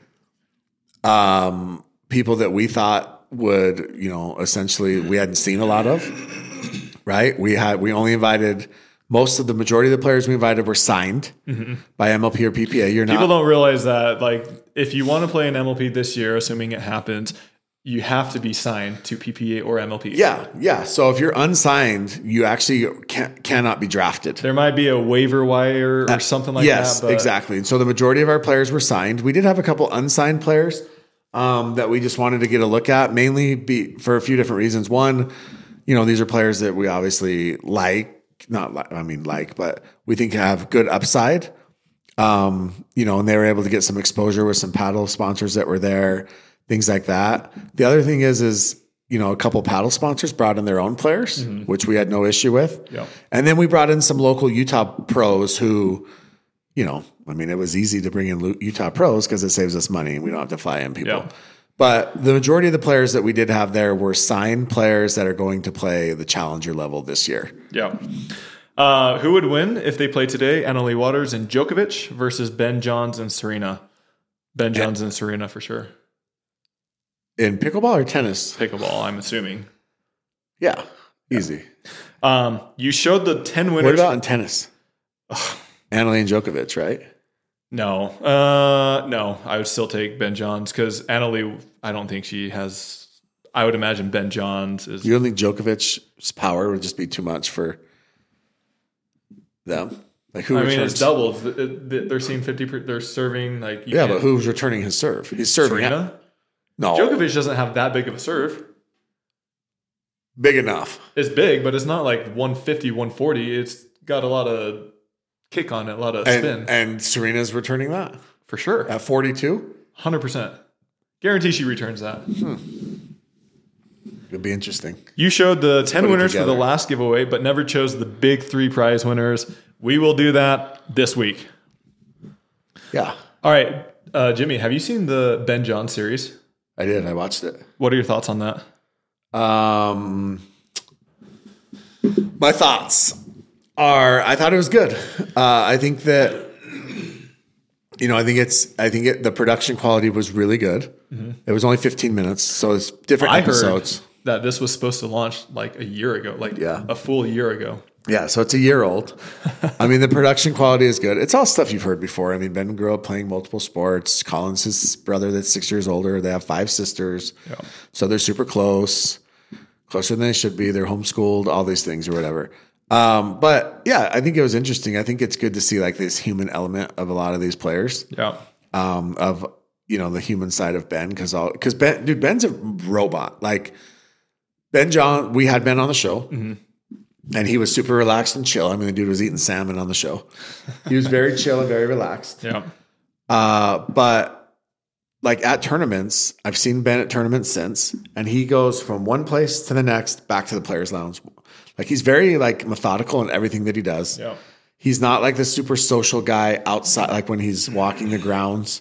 Speaker 2: um, people that we thought would, you know, essentially we hadn't seen a lot of. Right? We had we only invited most of the majority of the players we invited were signed by MLP or PPA. You're
Speaker 1: Mm-hmm. People
Speaker 2: not
Speaker 1: don't realize that. Like, if you want to play in MLP this year, assuming it happens, you have to be signed to PPA or MLP.
Speaker 2: yeah, yeah. So if you're unsigned, you actually can, cannot be drafted.
Speaker 1: There might be a waiver wire or something like
Speaker 2: yes,
Speaker 1: that. but-
Speaker 2: exactly. And so the majority of our players were signed. We did have a couple unsigned players um, that we just wanted to get a look at, mainly be, for a few different reasons. One, you know, these are players that we obviously like, not like, I mean, like, but we think have good upside. Um, you know, and they were able to get some exposure with some paddle sponsors that were there, things like that. The other thing is, is you know, a couple paddle sponsors brought in their own players, which we had no issue with.
Speaker 1: Mm-hmm. Yeah.
Speaker 2: And then we brought in some local Utah pros who, you know, I mean, it was easy to bring in Lu- Utah pros because it saves us money and we don't have to fly in people.
Speaker 1: Yeah.
Speaker 2: But the majority of the players that we did have there were signed players that are going to play the challenger level this year.
Speaker 1: Yeah. Uh, who would win if they play today? Annalie Waters and Djokovic versus Ben Johns and Serena. Ben Johns and Serena for sure.
Speaker 2: In pickleball or tennis?
Speaker 1: Pickleball, I'm assuming.
Speaker 2: Yeah, easy.
Speaker 1: Um, you showed the 10
Speaker 2: What
Speaker 1: winners.
Speaker 2: about in tennis? Annalene Djokovic, right?
Speaker 1: No, uh, no. I would still take Ben Johns because Annalie. I don't think she has. I would imagine Ben Johns is.
Speaker 2: You don't think Djokovic's power would just be too much for them? Like who?
Speaker 1: I mean,
Speaker 2: returns?
Speaker 1: it's double. Th- th- They're seeing fifty. Per, they're serving like you
Speaker 2: yeah,
Speaker 1: can't-
Speaker 2: but who's returning his serve? He's serving.
Speaker 1: Serena?
Speaker 2: No,
Speaker 1: Djokovic doesn't have that big of a serve.
Speaker 2: big enough.
Speaker 1: It's big, but it's not like 150, 140. It's got a lot of kick on it, a lot of
Speaker 2: And,
Speaker 1: spin
Speaker 2: and Serena's returning that
Speaker 1: for sure.
Speaker 2: at 42.
Speaker 1: Hundred percent. Guarantee she returns that.
Speaker 2: It'll be interesting.
Speaker 1: You showed the 10
Speaker 2: it
Speaker 1: winners for the
Speaker 2: together.
Speaker 1: last giveaway, but never chose the big three prize winners. We will do that this week.
Speaker 2: Yeah,
Speaker 1: All right, uh, Jimmy, have you seen the Ben John series?
Speaker 2: I did. I watched it.
Speaker 1: What are your thoughts on that?
Speaker 2: Um, my thoughts are: I thought it was good. Uh, I think that you know, I think it's, I think it, the production quality was really good. It was only 15 minutes, so it's different
Speaker 1: Mm-hmm. I
Speaker 2: episodes.
Speaker 1: heard that this was supposed to launch like a year ago, like
Speaker 2: Yeah.
Speaker 1: a full year ago.
Speaker 2: Yeah, so it's a year old. I mean, the production quality is good. It's all stuff you've heard before. I mean, Ben grew up playing multiple sports. Colin's his brother that's six years older. They have five sisters. So they're super close, closer than they should be. They're homeschooled, all these things or whatever. Um, but yeah, I think it was interesting. I think it's good to see like this human element of a lot of these players
Speaker 1: Yeah.
Speaker 2: um, of you know the human side of Ben because all because Ben dude Ben's a robot like Ben John we had Ben on the show and he was super relaxed and chill I mean the dude was eating salmon on the show he was very chill and very relaxed
Speaker 1: Yeah.
Speaker 2: uh, but like at tournaments I've seen Ben at tournaments since and he goes from one place to the next back to the players lounge like he's very like methodical in everything that he does
Speaker 1: Yeah.
Speaker 2: he's not like the super social guy outside like when he's walking the grounds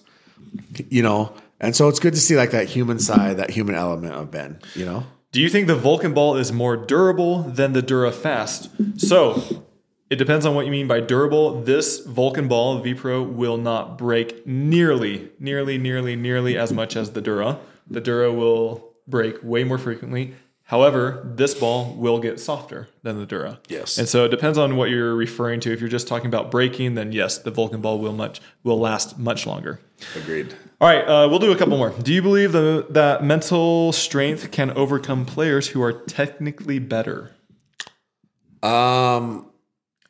Speaker 2: you know and so it's good to see like that human side that human element of ben you know
Speaker 1: Do you think the Vulcan ball is more durable than the DuraFast? So it depends on what you mean by durable. This Vulcan ball V Pro will not break nearly, nearly, nearly, nearly as much as the Dura. The Dura will break way more frequently. However, this ball will get softer than the Dura.
Speaker 2: Yes.
Speaker 1: And so it depends on what you're referring to. If you're just talking about breaking, then yes, the Vulcan ball will much will last much longer.
Speaker 2: agreed
Speaker 1: All right, uh, we'll do a couple more. Do you believe the, that mental strength can overcome players who are technically better?
Speaker 2: um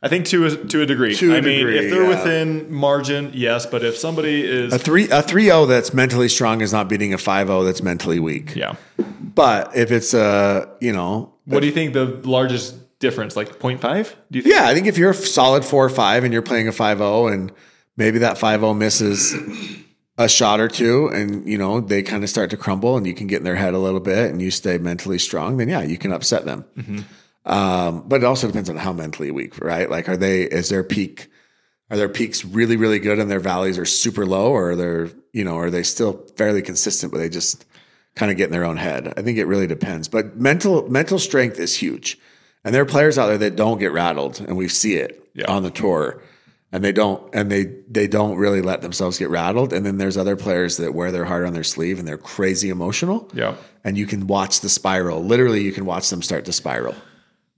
Speaker 1: I think to a, to a degree.
Speaker 2: To a
Speaker 1: I mean,
Speaker 2: degree,
Speaker 1: if they're
Speaker 2: yeah.
Speaker 1: within margin, yes. But if somebody is,
Speaker 2: a 3 a 3-0 that's mentally strong is not beating a 5-0 that's mentally weak
Speaker 1: yeah.
Speaker 2: but if it's a you know
Speaker 1: What do you think the largest difference? Like 0.5? Do you think?
Speaker 2: yeah i think if you're a solid 4-5 and you're playing a 5-0 and maybe that 5-0 misses a shot or two and you know they kind of start to crumble and you can get in their head a little bit and you stay mentally strong then yeah you can upset them um, but it also depends on how mentally weak right like are they is their peak are their peaks really really good and their valleys are super low or they're you know are they still fairly consistent but they just kind of get in their own head i think it really depends but mental mental strength is huge and there are players out there that don't get rattled and we see it
Speaker 1: Yeah.
Speaker 2: on the tour and they don't and they they don't really let themselves get rattled and then there's other players that wear their heart on their sleeve and they're crazy emotional
Speaker 1: Yeah.
Speaker 2: and you can watch the spiral literally you can watch them start to spiral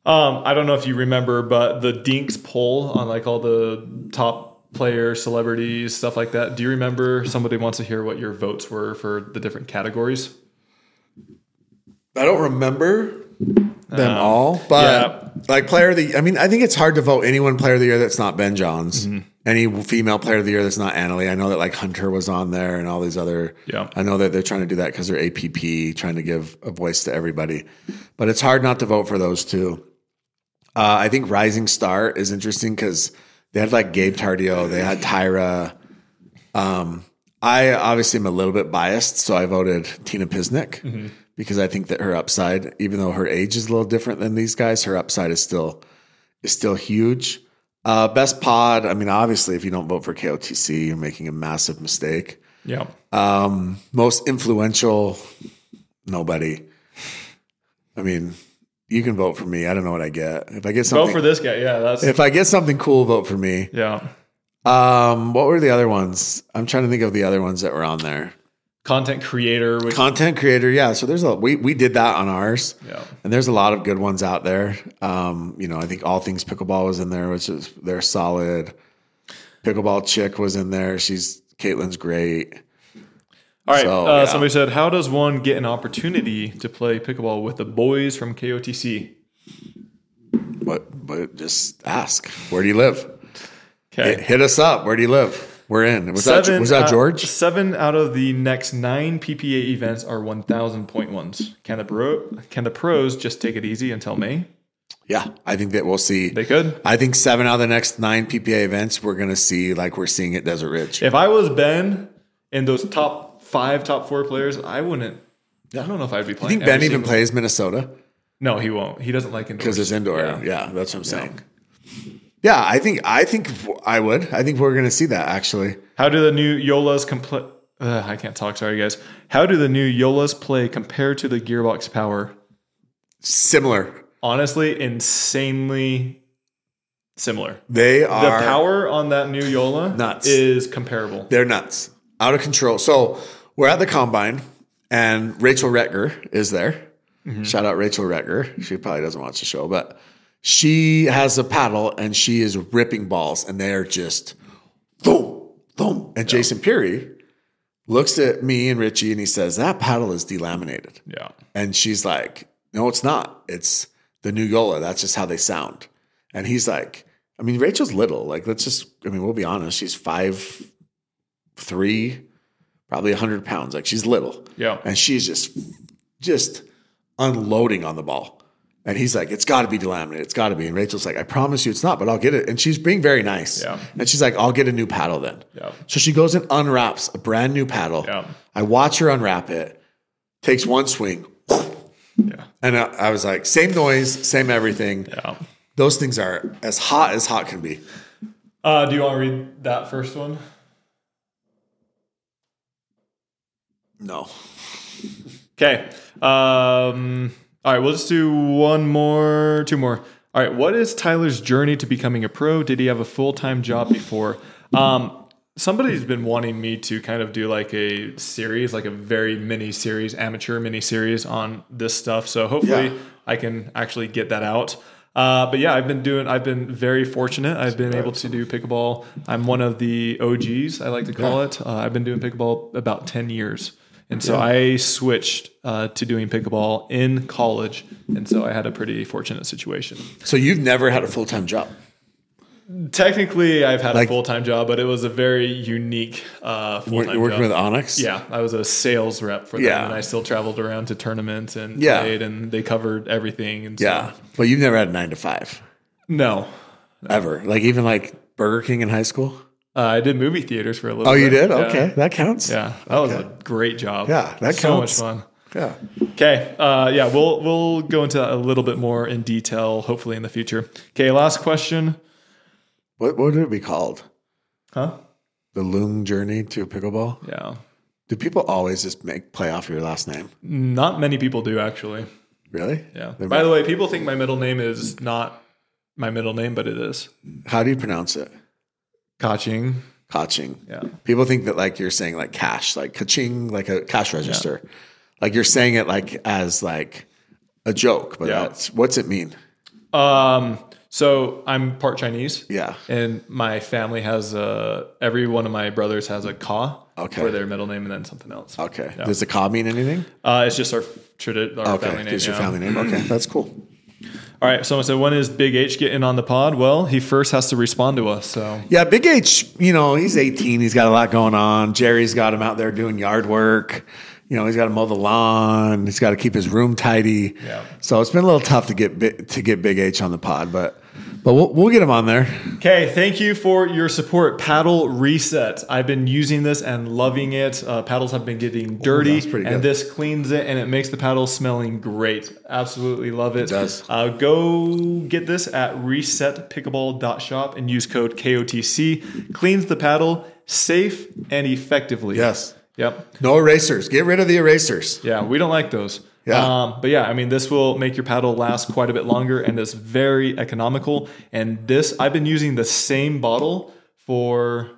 Speaker 1: Um, I don't know if you remember, but the Dinks poll on like all the top player celebrities, stuff like that. Do you remember? Somebody wants to hear what your votes were for the different categories.
Speaker 2: I don't remember them all, but like player of the I mean, I think it's hard to vote anyone player of the year that's not Ben Johns. Any female player of the year that's not Annalie. I know that like Hunter was on there and all these other
Speaker 1: Yeah.
Speaker 2: I know that they're trying to do that because they're APP, trying to give a voice to everybody. But it's hard not to vote for those two. Uh, I think Rising Star is interesting because they had like Gabe Tardio, they had Tyra. Um, I obviously am a little bit biased, so I voted Tina Pisnik
Speaker 1: Mm-hmm.
Speaker 2: because I think that her upside, even though her age is a little different than these guys, her upside is still is still huge. Uh, best pod. I mean, obviously, if you don't vote for KOTC, you're making a massive mistake Um,
Speaker 1: Yeah.
Speaker 2: most influential nobody i mean you can vote for me i don't know what i get if i get
Speaker 1: Vote
Speaker 2: something
Speaker 1: for this guy. Yeah. That's,
Speaker 2: if i get something cool vote for me
Speaker 1: yeah.
Speaker 2: um what were the other ones i'm trying to think of the other ones that were on there
Speaker 1: Content creator, which
Speaker 2: content creator yeah so there's a we, we did that on ours
Speaker 1: Yeah.
Speaker 2: and there's a lot of good ones out there um you know i think all things pickleball was in there which is they're solid Pickleball chick was in there. She's Caitlin's great.
Speaker 1: All right.
Speaker 2: So,
Speaker 1: uh,
Speaker 2: yeah.
Speaker 1: Somebody said, "How does one get an opportunity to play pickleball with the boys from KOTC?"
Speaker 2: But but just ask. Where do you live?
Speaker 1: Okay.
Speaker 2: Hit- Hit us up. Where do you live? We're in. Was that was that
Speaker 1: out-
Speaker 2: George?
Speaker 1: Seven out of the next nine PPA events are 1,000 point ones. Can the bro, can the pros just take it easy until May?
Speaker 2: Yeah, I think that we'll see.
Speaker 1: They could.
Speaker 2: I think seven out of the next nine PPA events, we're gonna see like we're seeing at Desert Ridge.
Speaker 1: If I was Ben and those top five, top four players, I wouldn't. I don't know if I'd be
Speaker 2: I
Speaker 1: playing.
Speaker 2: think Ben
Speaker 1: every
Speaker 2: even
Speaker 1: single-
Speaker 2: plays Minnesota
Speaker 1: No, he won't. He doesn't like indoors.
Speaker 2: because it's indoor. Yeah, that's what I'm saying. Yeah, I think I think w- I would. I think we're gonna see that actually.
Speaker 1: How do the new Yolas complete? Uh, I can't talk. Sorry, guys. How do the new Yolas play compare to the Gearbox Power?
Speaker 2: Similar.
Speaker 1: Honestly, insanely similar.
Speaker 2: They
Speaker 1: The
Speaker 2: are
Speaker 1: power on that new Yola
Speaker 2: Nuts.
Speaker 1: is comparable.
Speaker 2: They're nuts, out of control. So we're at the combine, and Rachel Retger is there. Shout out Rachel Retger. She probably doesn't watch the show, but she has a paddle and she is ripping balls, and they are just boom, boom. And Jason Peary looks at me and Richie, and he says, "That paddle is delaminated."
Speaker 1: Yeah.
Speaker 2: And she's like, No, it's not. It's the new Yola. That's just how they sound. And he's like, I mean, Rachel's little. Like, let's just, I mean, we'll be honest. She's five, three, probably 100 pounds. Like, she's little.
Speaker 1: Yeah.
Speaker 2: And she's just, just unloading on the ball. And he's like, it's got to be delaminated. It's got to be. And Rachel's like, I promise you it's not, but I'll get it. And she's being very nice.
Speaker 1: Yeah.
Speaker 2: And she's like, I'll get a new paddle then.
Speaker 1: Yeah.
Speaker 2: So she goes and unwraps a brand new paddle.
Speaker 1: Yeah.
Speaker 2: I watch her unwrap it, takes one swing,
Speaker 1: Yeah.
Speaker 2: and I, I was like, same noise, same everything.
Speaker 1: Yeah.
Speaker 2: Those things are as hot as hot can be.
Speaker 1: Uh, do you want to read that first one?
Speaker 2: No.
Speaker 1: Okay. Um, all right. We'll just do one more, two more. All right. What is Tyler's journey to becoming a pro? Did he have a full time job before? Um, somebody's been wanting me to kind of do like a series, like a very mini series, amateur mini series on this stuff. So hopefully
Speaker 2: Yeah.
Speaker 1: I can actually get that out. Uh, but yeah, I've been doing. I've been very fortunate. I've been able to do pickleball. I'm one of the OGs, I like to call it. Uh, I've been doing pickleball about ten years, and so I switched uh, to doing pickleball in college, and so I had a pretty fortunate situation.
Speaker 2: So you've never had a full time job.
Speaker 1: Technically, I've had
Speaker 2: Like-
Speaker 1: a full time job, but it was a very unique uh, full
Speaker 2: Were
Speaker 1: time
Speaker 2: you working
Speaker 1: job.
Speaker 2: with Onyx?
Speaker 1: Yeah, I was a sales rep for them,
Speaker 2: Yeah.
Speaker 1: and I still traveled around to tournaments and
Speaker 2: Yeah.
Speaker 1: played, and they covered everything. And so,
Speaker 2: Yeah. But you've never had a nine to five
Speaker 1: no,
Speaker 2: ever. Like even like Burger King in high school.
Speaker 1: Uh, I did movie theaters for a little.
Speaker 2: Oh, you
Speaker 1: bit.
Speaker 2: did?
Speaker 1: Yeah.
Speaker 2: Okay. That counts.
Speaker 1: Yeah, that was a great job.
Speaker 2: Yeah, that
Speaker 1: so
Speaker 2: counts.
Speaker 1: much fun.
Speaker 2: Yeah.
Speaker 1: Okay, uh, yeah, we'll we'll go into that a little bit more in detail, hopefully in the future. Okay, last question,
Speaker 2: What, what would it be called?
Speaker 1: huh?
Speaker 2: The Loom Journey to Pickleball?
Speaker 1: Yeah,
Speaker 2: Do people always just make play off your last name?
Speaker 1: not many people do actually.
Speaker 2: Really?
Speaker 1: Yeah.
Speaker 2: They're-
Speaker 1: By the way, people think my middle name is not my middle name, but it is
Speaker 2: How do you pronounce it?
Speaker 1: Kaching.
Speaker 2: Kaching.
Speaker 1: Yeah.
Speaker 2: People think that like you're saying like cash, like kaching, like a cash register. Like you're saying it like as like a joke, but
Speaker 1: Yeah.
Speaker 2: that's what's it mean?
Speaker 1: Um. So I'm part Chinese.
Speaker 2: Yeah.
Speaker 1: And my family has a. Every one of my brothers has a Ka
Speaker 2: Okay.
Speaker 1: for their middle name and then something else.
Speaker 2: Okay. Does the ka mean anything?
Speaker 1: Uh, it's just our tradi- our
Speaker 2: Okay.
Speaker 1: family name.
Speaker 2: It's your
Speaker 1: yeah. Mm-hmm.
Speaker 2: family name. Okay. That's cool.
Speaker 1: All right. Someone said, when is Big H getting on the pod? Well, he first has to respond to us. So
Speaker 2: Yeah. Big H, you know, he's 18. He's got a lot going on. Jerry's got him out there doing yard work. You know, he's got to mow the lawn. He's got to keep his room tidy.
Speaker 1: Yeah.
Speaker 2: So it's been a little tough to get Bi- to get Big H on the pod, but but we'll, we'll get him on there.
Speaker 1: okay, thank you for your support. Paddle reset. I've been using this and loving it. Uh, paddles have been getting dirty,
Speaker 2: that's pretty
Speaker 1: and
Speaker 2: good.
Speaker 1: this cleans it and it makes the paddle smelling great. Absolutely love it. It
Speaker 2: does.
Speaker 1: Uh, go get this at resetpickleball.shop and use code KOTC. Cleans the paddle safe and effectively.
Speaker 2: Yes.
Speaker 1: Yep.
Speaker 2: No erasers. Get rid of the erasers.
Speaker 1: Yeah, we don't like those.
Speaker 2: Yeah.
Speaker 1: Um, but yeah, I mean, this will make your paddle last quite a bit longer and is very economical. And this, I've been using the same bottle for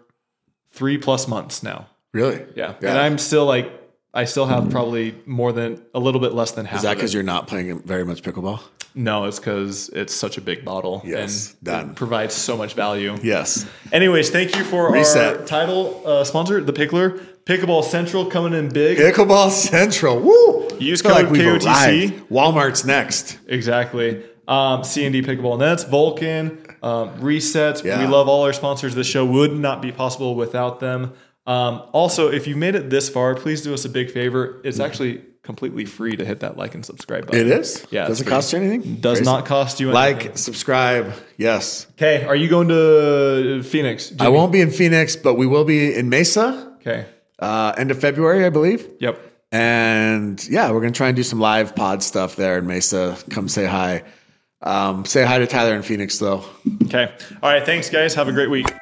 Speaker 1: three plus months now.
Speaker 2: Really?
Speaker 1: Yeah. And I'm still like, I still have probably more than a little bit less than half.
Speaker 2: Is that
Speaker 1: of it.
Speaker 2: because you're not playing very much pickleball?
Speaker 1: No, it's because it's such a big bottle.
Speaker 2: Yes,
Speaker 1: and
Speaker 2: done.
Speaker 1: It provides so much value.
Speaker 2: Yes.
Speaker 1: Anyways, thank you for our
Speaker 2: Reset.
Speaker 1: title uh, sponsor, the Pickler. Pickleball Central coming in big.
Speaker 2: Pickleball Central. Woo!
Speaker 1: Use
Speaker 2: Feel
Speaker 1: code
Speaker 2: we've
Speaker 1: KOTC.
Speaker 2: arrived. Walmart's next.
Speaker 1: Exactly. Um, C and D Pickleball Nets, Vulcan, um, Reset.
Speaker 2: Yeah.
Speaker 1: We love all our sponsors. This show would not be possible without them. Um, also, if you made it this far, please do us a big favor. It's actually completely free to hit that like and subscribe button.
Speaker 2: It is?
Speaker 1: Yeah, it's
Speaker 2: Does it
Speaker 1: free.
Speaker 2: cost you anything?
Speaker 1: Does
Speaker 2: Crazy.
Speaker 1: not cost you anything.
Speaker 2: Like, subscribe. Yes.
Speaker 1: Okay, are you going to Phoenix?
Speaker 2: I won't be in Phoenix, but we will be in Mesa
Speaker 1: Okay.
Speaker 2: uh, end of February, I believe.
Speaker 1: Yep.
Speaker 2: And yeah, we're going to try and do some live pod stuff there in Mesa. Come say hi. Um, say hi to Tyler in Phoenix, though.
Speaker 1: Okay. All right. Thanks, guys. Have a great week.